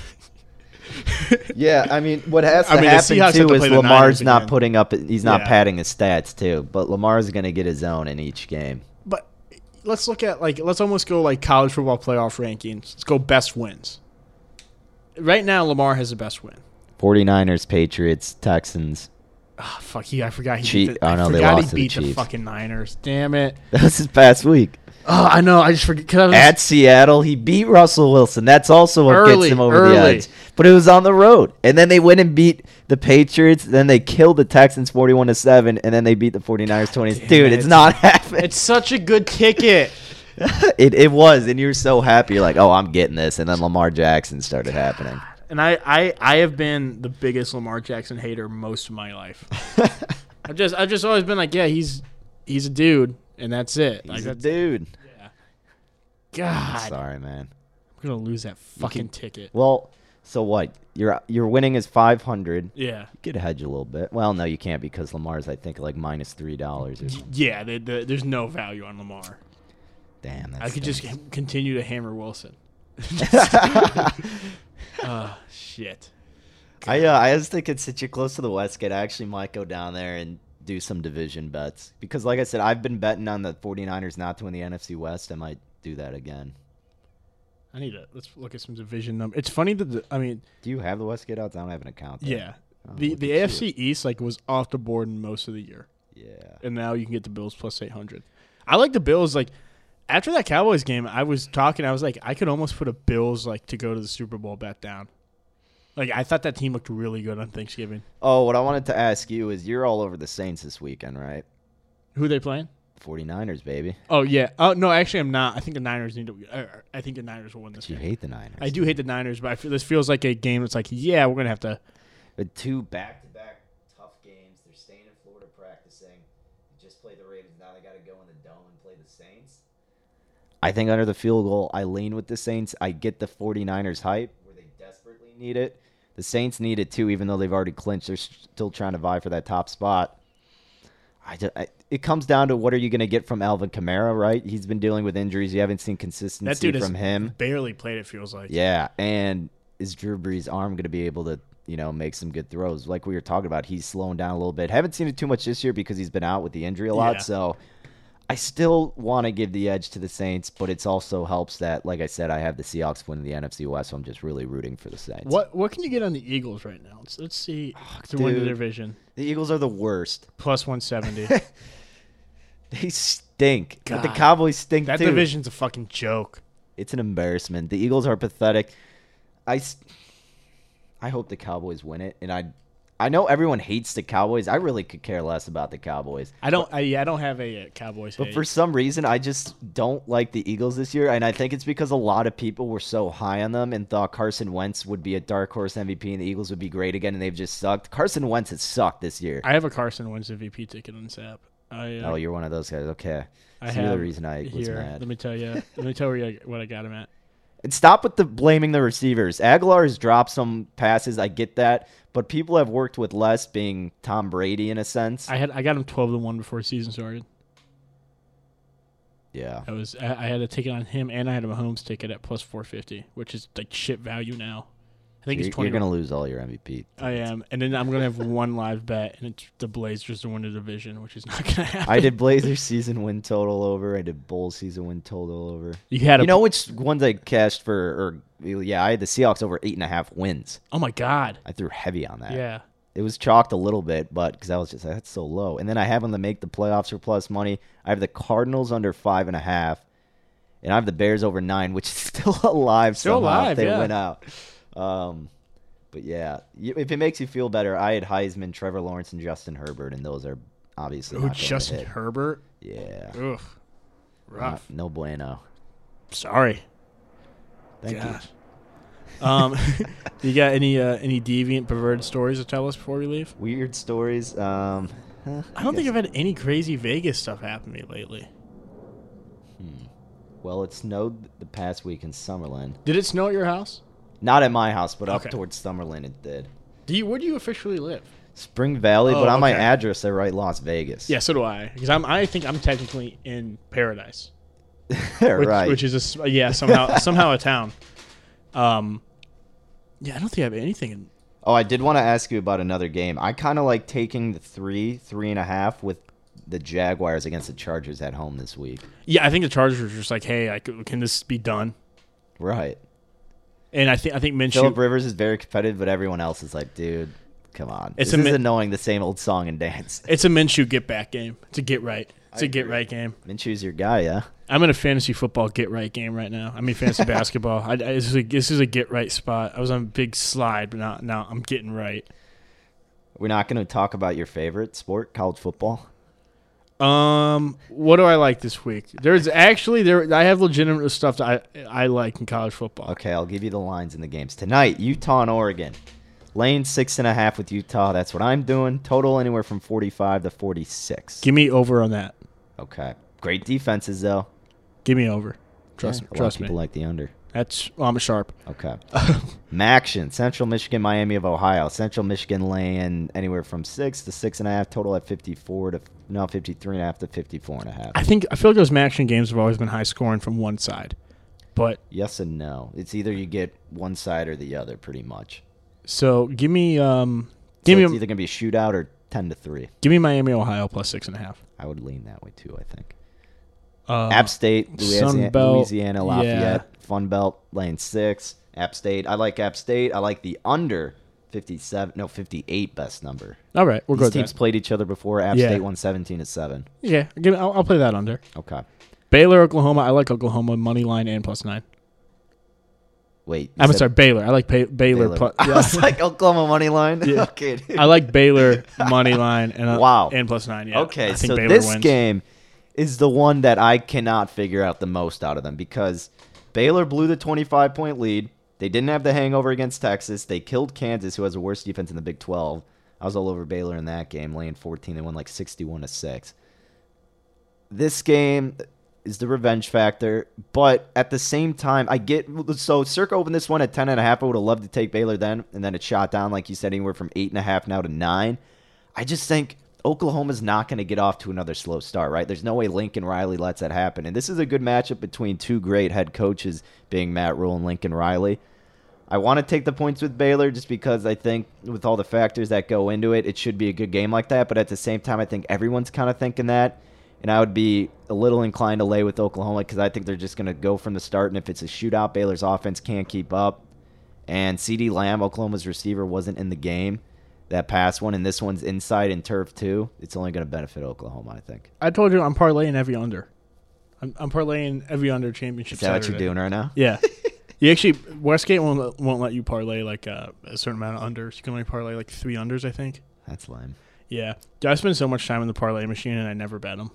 Speaker 2: Yeah, I mean, what has to
Speaker 1: I mean, the
Speaker 2: happen
Speaker 1: Seahawks have
Speaker 2: too
Speaker 1: to
Speaker 2: is
Speaker 1: play the
Speaker 2: Lamar's
Speaker 1: Niners
Speaker 2: not
Speaker 1: again.
Speaker 2: putting up. He's not
Speaker 1: Yeah.
Speaker 2: padding his stats too. But Lamar's going to get his own in each game.
Speaker 1: But let's look at like let's almost go like college football playoff rankings. Let's go best wins. Right now, Lamar has the best win.
Speaker 2: 49ers, Patriots, Texans.
Speaker 1: Oh, fuck he! I forgot he
Speaker 2: Chief-
Speaker 1: beat the,
Speaker 2: oh, no,
Speaker 1: I
Speaker 2: they
Speaker 1: forgot
Speaker 2: lost to
Speaker 1: he
Speaker 2: the
Speaker 1: beat the,
Speaker 2: Chiefs.
Speaker 1: fucking Niners. Damn it!
Speaker 2: That was his past week.
Speaker 1: Oh, I know. I just forget. Cause I was,
Speaker 2: At Seattle, he beat Russell Wilson. That's also what
Speaker 1: Early,
Speaker 2: gets him over the
Speaker 1: early.
Speaker 2: edge. But it was on the road, and then they went and beat the Patriots. Then they killed the Texans, forty-one to seven, and then they beat the 49ers, twenty.
Speaker 1: damn it.
Speaker 2: Dude, it's not happening.
Speaker 1: it's such a good ticket.
Speaker 2: it, it was, and you're so happy. You're like, oh, I'm getting this, and then Lamar Jackson started happening.
Speaker 1: And I, I, I have been the biggest Lamar Jackson hater most of my life. I've just, I've just always been like, yeah, he's, he's a dude, and that's it. Like
Speaker 2: He's a
Speaker 1: that's,
Speaker 2: dude.
Speaker 1: God,
Speaker 2: Sorry, man.
Speaker 1: I'm gonna lose that fucking ticket.
Speaker 2: Well, so what? You're you're winning is five hundred.
Speaker 1: Yeah,
Speaker 2: Get a hedge a little bit. Well, no, you can't because Lamar's I think like minus three dollars. or something.
Speaker 1: yeah. The, the, there's no value on Lamar.
Speaker 2: Damn, that's
Speaker 1: I could just c- continue to hammer Wilson. Ah, shit.
Speaker 2: I uh, I was thinking since you're close to the West Gate, I actually might go down there and do some division bets because, like I said, I've been betting on the 49ers not to win the NFC West. I might do that again.
Speaker 1: I need to let's look at some division number. It's funny that the, I mean,
Speaker 2: Do you have the West Gate odds? I don't have an account. though.
Speaker 1: yeah,
Speaker 2: Oh,
Speaker 1: the
Speaker 2: look
Speaker 1: the
Speaker 2: at you.
Speaker 1: AFC East like was off the board most of the year,
Speaker 2: Yeah.
Speaker 1: and now you can get the Bills plus eight hundred. I like the Bills. Like after that Cowboys game, I was talking. I was like, I could almost put a Bills like to go to the Super Bowl bet down. Like I thought that team looked really good on Thanksgiving.
Speaker 2: Oh, what I wanted to ask you is you're all over the Saints this weekend, right?
Speaker 1: Who they playing?
Speaker 2: 49ers, baby.
Speaker 1: Oh yeah. Oh no, actually I'm not. I think the Niners need to. er, I think the Niners will win this
Speaker 2: You
Speaker 1: game.
Speaker 2: hate the Niners.
Speaker 1: I do hate the Niners, but I feel, this feels like a game that's like, yeah, we're gonna have to.
Speaker 2: But two back-to-back tough games. They're staying in Florida practicing. They just played the Ravens. Now they got to go in the dome and play the Saints. I think under the field goal, I lean with the Saints. I get the 49ers hype where they desperately need it. The Saints need it too, even though they've already clinched. They're still trying to vie for that top spot. I ju- I- it comes down to what are you going to get from Alvin Kamara, right? He's been dealing with injuries. You haven't seen consistency
Speaker 1: That dude has
Speaker 2: from him.
Speaker 1: barely played. It feels like.
Speaker 2: Yeah, and is Drew Brees' arm going to be able to, you know, make some good throws? Like we were talking about, he's slowing down a little bit. Haven't seen it too much this year because he's been out with the injury a lot.
Speaker 1: Yeah.
Speaker 2: So I still want to give the edge to the Saints, but it's also helps that, like I said, I have the Seahawks winning the NFC West, so I'm just really rooting for the Saints.
Speaker 1: What what can you get on the Eagles right now? Let's, let's see to win the
Speaker 2: dude.
Speaker 1: division
Speaker 2: The Eagles are the worst.
Speaker 1: plus one seventy.
Speaker 2: They stink. But the
Speaker 1: God.
Speaker 2: Cowboys stink
Speaker 1: that
Speaker 2: too.
Speaker 1: division's a fucking joke.
Speaker 2: It's an embarrassment. The Eagles are pathetic. I, s- I hope the Cowboys win it, and I, I know everyone hates the Cowboys. I really could care less about the Cowboys.
Speaker 1: I don't. I, yeah, I don't have a uh, Cowboys.
Speaker 2: But
Speaker 1: hate.
Speaker 2: for some reason, I just don't like the Eagles this year, and I think it's because a lot of people were so high on them and thought Carson Wentz would be a dark horse MVP and the Eagles would be great again, and they've just sucked. Carson Wentz has sucked this year.
Speaker 1: I have a Carson wins MVP ticket on this app. I, uh,
Speaker 2: oh, you're one of those guys. Okay,
Speaker 1: I
Speaker 2: so you're the
Speaker 1: have
Speaker 2: reason I was
Speaker 1: here.
Speaker 2: mad.
Speaker 1: Let me tell you. let me tell you what I got him at.
Speaker 2: And stop with the blaming the receivers. Aguilar has dropped some passes. I get that, but people have worked with less, being Tom Brady in a sense.
Speaker 1: I had I got him twelve to one before the season started.
Speaker 2: yeah,
Speaker 1: I was I, I had a ticket on him and I had a Mahomes ticket at plus four fifty, which is like shit value now. I think
Speaker 2: you're,
Speaker 1: it's twenty.
Speaker 2: you're gonna lose all your MVP.
Speaker 1: I am, and then I'm gonna have one live bet, and it's the Blazers to win the division, which is not gonna happen.
Speaker 2: I did Blazers season win total over. I did Bulls season win total over.
Speaker 1: You had a,
Speaker 2: You know which ones I cashed for? Or yeah, I had the Seahawks over eight and a half wins.
Speaker 1: oh my god,
Speaker 2: I threw heavy on that.
Speaker 1: yeah.
Speaker 2: It was chalked a little bit, but because I was just like, that's so low. And then I have them to make the playoffs for plus money. I have the Cardinals under five and a half, and I have the Bears over nine, which is still alive.
Speaker 1: Still
Speaker 2: somehow if
Speaker 1: alive,
Speaker 2: They
Speaker 1: yeah.
Speaker 2: went out. Um, But yeah, y- if it makes you feel better, I had Heisman, Trevor Lawrence, and Justin Herbert, and those are obviously
Speaker 1: Oh,
Speaker 2: not going to
Speaker 1: Justin
Speaker 2: hit.
Speaker 1: Herbert.
Speaker 2: Yeah,
Speaker 1: Ugh.
Speaker 2: no,
Speaker 1: Rough.
Speaker 2: no bueno.
Speaker 1: Sorry.
Speaker 2: Thank you.
Speaker 1: God. Um, you got any uh, any deviant, perverted stories to tell us before we leave?
Speaker 2: Weird stories. Um, huh,
Speaker 1: I don't think I've
Speaker 2: guess-
Speaker 1: had any crazy Vegas stuff happen to me lately.
Speaker 2: Well, it snowed the past week in Summerlin.
Speaker 1: Did it snow at your house?
Speaker 2: Not at my house, but
Speaker 1: Okay.
Speaker 2: up towards Summerlin, it did.
Speaker 1: Do you? Where do you officially live?
Speaker 2: Spring Valley, but
Speaker 1: Oh,
Speaker 2: on my
Speaker 1: okay.
Speaker 2: address, I write Las Vegas.
Speaker 1: Yeah, so do I. Because I'm. I think I'm technically in paradise, which,
Speaker 2: right.
Speaker 1: which is a s- uh, yeah somehow somehow a town. Um, yeah, I don't think I have anything. In,
Speaker 2: Oh, I did want to ask you about another game. I kind of like taking the three, three and a half with the Jaguars against the Chargers at home this week.
Speaker 1: yeah, I think the Chargers were just like, hey, I c- can this be done?
Speaker 2: Right.
Speaker 1: And I think I think
Speaker 2: Philip
Speaker 1: Minshew.
Speaker 2: Rivers is very competitive, but everyone else is like, dude, come on.
Speaker 1: It's
Speaker 2: this
Speaker 1: a
Speaker 2: is
Speaker 1: mi-
Speaker 2: annoying. The same old song and dance.
Speaker 1: It's a Minshew get back game. It's a get right. It's a
Speaker 2: I
Speaker 1: get
Speaker 2: agree.
Speaker 1: right game.
Speaker 2: Minshew's your guy, yeah.
Speaker 1: I'm in a fantasy football get right game right now. I mean fantasy basketball. I, I- this, is a, this is a get right spot. I was on a big slide, but now now I'm getting right.
Speaker 2: We're not going to talk about your favorite sport, college football.
Speaker 1: Um, what do I like this week? There's actually there. I have legitimate stuff that I I like in college football.
Speaker 2: Okay, I'll give you the lines in the games tonight. Utah and Oregon, lane six and a half with Utah. That's what I'm doing. Total anywhere from 45 to 46.
Speaker 1: Give me over on that.
Speaker 2: okay, great defenses though.
Speaker 1: Give me over. Trust
Speaker 2: Yeah,
Speaker 1: me.
Speaker 2: A lot of
Speaker 1: Trust me.
Speaker 2: people like the under.
Speaker 1: That's well, I'm sharp.
Speaker 2: Okay. Maction, Central Michigan, Miami of Ohio. Central Michigan laying anywhere from six to six and a half. Total at 54 to no 53 and a half to 54 and a half.
Speaker 1: I think I feel like those action games have always been high scoring from one side, but
Speaker 2: Yes and no. It's either you get one side or the other, pretty much.
Speaker 1: so give me um
Speaker 2: So
Speaker 1: give
Speaker 2: it's
Speaker 1: me
Speaker 2: either gonna be a shootout or 10 to three.
Speaker 1: give me Miami Ohio plus six and a half.
Speaker 2: I would lean that way too. I think.
Speaker 1: Uh,
Speaker 2: App State, Louisiana,
Speaker 1: Sunbelt,
Speaker 2: Louisiana Lafayette,
Speaker 1: yeah.
Speaker 2: Fun Belt, lane six. App State. I like App State. I like the under 57, no 58 best number.
Speaker 1: All right, we'll go
Speaker 2: These
Speaker 1: with
Speaker 2: teams
Speaker 1: that.
Speaker 2: played each other before. App
Speaker 1: Yeah.
Speaker 2: State won 17 to seven.
Speaker 1: Yeah, give, I'll, I'll play that under.
Speaker 2: Okay.
Speaker 1: Baylor, Oklahoma. I like Oklahoma money line and plus nine.
Speaker 2: Wait. you
Speaker 1: I'm
Speaker 2: said
Speaker 1: sorry, Baylor. I like Bay- Baylor, plus.
Speaker 2: I was like Oklahoma money line.
Speaker 1: Yeah.
Speaker 2: okay. dude.
Speaker 1: I like Baylor money line and uh,
Speaker 2: Wow.
Speaker 1: and plus nine. Yeah, I
Speaker 2: okay.
Speaker 1: think
Speaker 2: So
Speaker 1: Baylor
Speaker 2: this
Speaker 1: wins.
Speaker 2: game is the one that I cannot figure out the most out of them because Baylor blew the 25 point lead. They didn't have the hangover against Texas. They killed Kansas, who has the worst defense in the Big 12. I was all over Baylor in that game, laying 14. They won like 61 to six. this game is the revenge factor, but at the same time, I get so Circa opened this one at ten and a half. I would have loved to take Baylor then, and then it shot down, like you said, anywhere from eight and a half now to nine. I just think Oklahoma's not going to get off to another slow start, right? There's no way Lincoln Riley lets that happen, and this is a good matchup between two great head coaches, being Matt Rule and Lincoln Riley. I want to take the points with Baylor just because I think with all the factors that go into it, it should be a good game like that. But at the same time, I think everyone's kind of thinking that, and I would be a little inclined to lay with Oklahoma because I think they're just going to go from the start. And if it's a shootout, Baylor's offense can't keep up. And C.D. Lamb, Oklahoma's receiver, wasn't in the game that past one, and this one's inside and turf too. It's only going to benefit Oklahoma, I think.
Speaker 1: I told you I'm parlaying every under. I'm, I'm parlaying every under championship.
Speaker 2: Is that what you're
Speaker 1: Saturday.
Speaker 2: doing right now?
Speaker 1: Yeah. You actually Westgate won't let- won't let you parlay like uh, a certain amount of unders. You can only parlay like three unders, I think.
Speaker 2: That's lame.
Speaker 1: Yeah, Dude, I spend so much time in the parlay machine and I never bet them.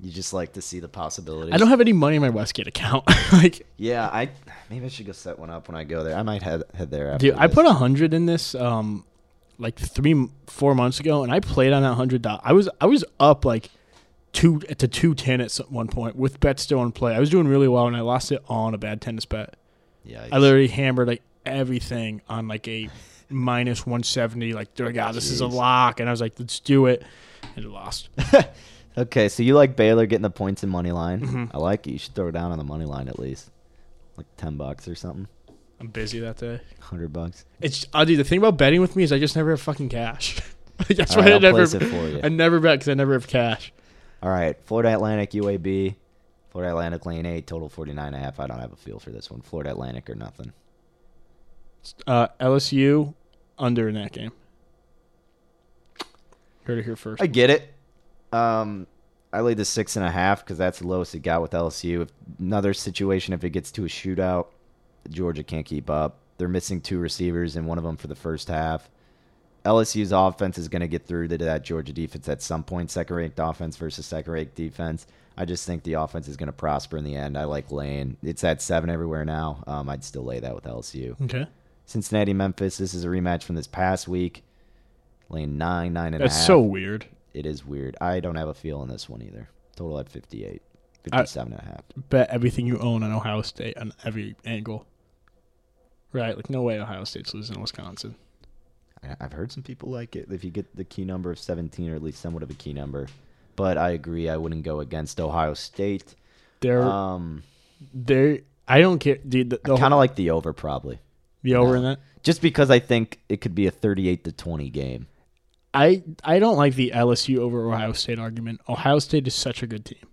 Speaker 2: You just like to see the possibilities.
Speaker 1: I don't have any money in my Westgate account. like,
Speaker 2: Yeah, I maybe I should go set one up when I go there. I might head head there after.
Speaker 1: dude, I
Speaker 2: this.
Speaker 1: put a hundred in this um, like three four months ago, and I played on that hundred. dol- I was I was up like two to two ten at some, one point with bets still in play. I was doing really well, and I lost it all on a bad tennis bet.
Speaker 2: Yeah,
Speaker 1: I literally hammered like everything on like a minus 170. Like, they're like, "Ah, this is a
Speaker 2: Jeez.
Speaker 1: lock. And I was like, let's do it. And it lost.
Speaker 2: okay, so you like Baylor getting the points and money line?
Speaker 1: Mm-hmm.
Speaker 2: I like it. You should throw down on the money line at least, like ten bucks or something,
Speaker 1: I'm busy that day.
Speaker 2: hundred bucks.
Speaker 1: It's, I do. The thing about betting with me is I just never have fucking cash. Like, That's
Speaker 2: All
Speaker 1: why
Speaker 2: right,
Speaker 1: I
Speaker 2: I'll
Speaker 1: never,
Speaker 2: place it for you.
Speaker 1: I never bet because I never have cash.
Speaker 2: All right, Florida Atlantic UAB, Florida Atlantic lane eight total forty nine and a half. I don't have a feel for this one. Florida Atlantic or nothing.
Speaker 1: Uh, LSU under in that game. Heard it here first.
Speaker 2: I get it. Um, I laid the six and a half because that's the lowest it got with LSU. If, another situation if it gets to a shootout, Georgia can't keep up. The They're missing two receivers and one of them for the first half. LSU's offense is going to get through to that Georgia defense at some point. Second ranked offense versus second ranked defense. I just think the offense is going to prosper in the end. I like Lane. It's at seven everywhere now. Um, I'd still lay that with LSU.
Speaker 1: Okay.
Speaker 2: Cincinnati, Memphis. This is a rematch from this past week. Lane nine, nine and a half.
Speaker 1: That's so weird.
Speaker 2: It is weird. I don't have a feel on this one either. Total at 58, 57 and a half.
Speaker 1: Bet everything you own on Ohio State on every angle. Right? Like, no way Ohio State's losing to Wisconsin.
Speaker 2: I- I've heard some people like it if you get the key number of 17 or at least somewhat of a key number. But I agree, I wouldn't go against Ohio State.
Speaker 1: They're,
Speaker 2: Um,
Speaker 1: they're, Uh, I don't care, dude. Er, The, the
Speaker 2: kind
Speaker 1: whole-
Speaker 2: of like the over probably,
Speaker 1: the over in that.
Speaker 2: just because I think it could be a 38 to 20 game.
Speaker 1: I, I don't like the LSU over Ohio State argument. Ohio State is such a good team.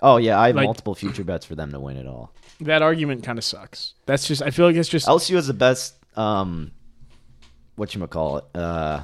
Speaker 2: Oh yeah, I have
Speaker 1: Like-
Speaker 2: multiple future bets for them to win it all.
Speaker 1: That argument kind of sucks. That's just, I feel like it's just,
Speaker 2: LSU has the best um what you call it uh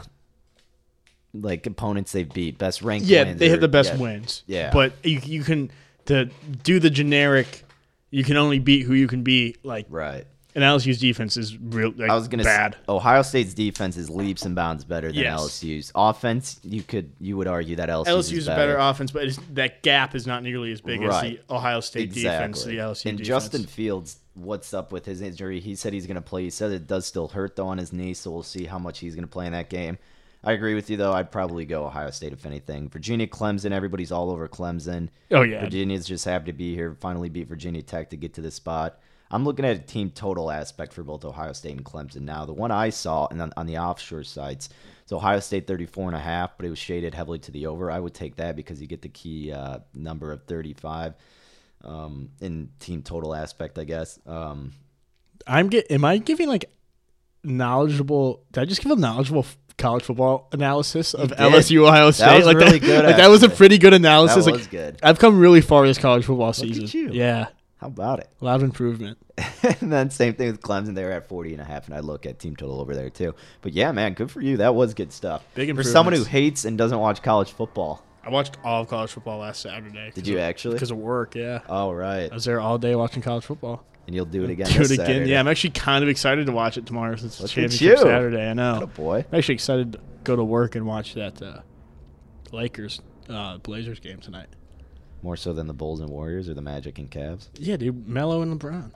Speaker 2: like opponents they've beat, best ranked.
Speaker 1: yeah,
Speaker 2: wins
Speaker 1: they
Speaker 2: or-
Speaker 1: have the best
Speaker 2: yeah.
Speaker 1: wins.
Speaker 2: Yeah.
Speaker 1: But you, you can, to do the generic, you can only beat who you can beat. Like,
Speaker 2: Right.
Speaker 1: and LSU's defense is real, like,
Speaker 2: I was gonna s-
Speaker 1: bad.
Speaker 2: Ohio State's defense is leaps and bounds better than
Speaker 1: Yes.
Speaker 2: LSU's offense. You could you would argue that LSU's,
Speaker 1: LSU's
Speaker 2: is
Speaker 1: a better offense, but it's, that gap is not nearly as big as
Speaker 2: Right.
Speaker 1: the Ohio State
Speaker 2: exactly.
Speaker 1: defense to the LSU
Speaker 2: and
Speaker 1: defense.
Speaker 2: Justin Fields, what's up with his injury? He said he's gonna play. He said it does still hurt though on his knee, so we'll see how much he's gonna play in that game. I agree with you though. I'd probably go Ohio State if anything. Virginia, Clemson. Everybody's all over Clemson.
Speaker 1: oh yeah,
Speaker 2: Virginia's just happy to be here. Finally beat Virginia Tech to get to this spot. I'm looking at a team total aspect for both Ohio State and Clemson now. The one I saw and on, on the offshore sites, it's Ohio State 34 and a half, but it was shaded heavily to the over. I would take that because you get the key uh, number of 35 um, in team total aspect, I guess. Um,
Speaker 1: I'm get. Am I giving like knowledgeable? Did I just give a knowledgeable f- college football analysis of
Speaker 2: did.
Speaker 1: LSU Ohio State?
Speaker 2: was
Speaker 1: like
Speaker 2: really good,
Speaker 1: Like that was a
Speaker 2: actually.
Speaker 1: pretty good analysis.
Speaker 2: That
Speaker 1: like
Speaker 2: was good.
Speaker 1: I've come really far this college football season.
Speaker 2: at you.
Speaker 1: Yeah,
Speaker 2: how about it?
Speaker 1: a lot of improvement.
Speaker 2: and then same thing with Clemson. They were at 40 and a half, and I look at team total over there too. But yeah, man, good for you. That was good stuff.
Speaker 1: Big
Speaker 2: for someone who
Speaker 1: improvements.
Speaker 2: hates and doesn't watch college football.
Speaker 1: I watched all of college football last Saturday.
Speaker 2: Did you actually? Oh.
Speaker 1: Because of work, yeah.
Speaker 2: All right,
Speaker 1: I was there all day watching college football.
Speaker 2: and you'll do it again.
Speaker 1: Do it
Speaker 2: this
Speaker 1: again.
Speaker 2: Saturday.
Speaker 1: Yeah, I'm actually kind of excited to watch it tomorrow since it's
Speaker 2: Look at
Speaker 1: championship
Speaker 2: you.
Speaker 1: Saturday. I know.
Speaker 2: boy.
Speaker 1: I'm actually excited to go to work and watch that uh, Lakers uh, Blazers game tonight.
Speaker 2: More so than the Bulls and Warriors or the Magic and Cavs.
Speaker 1: Yeah, dude, Melo and LeBron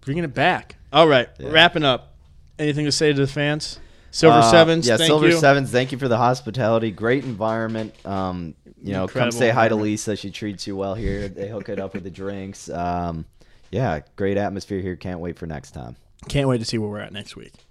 Speaker 1: bringing it back. All right,
Speaker 2: Yeah.
Speaker 1: wrapping up. Anything to say to the fans? Silver
Speaker 2: Uh,
Speaker 1: Sevens,
Speaker 2: Yeah,
Speaker 1: thank
Speaker 2: Silver
Speaker 1: you.
Speaker 2: Sevens. Thank you for the hospitality. Great environment. Um, you know, come
Speaker 1: Incredible
Speaker 2: say hi to
Speaker 1: environment.
Speaker 2: Lisa. She treats you well here. They hook it up with the drinks. Um, yeah, great atmosphere here. Can't wait for next time.
Speaker 1: Can't wait to see where we're at next week.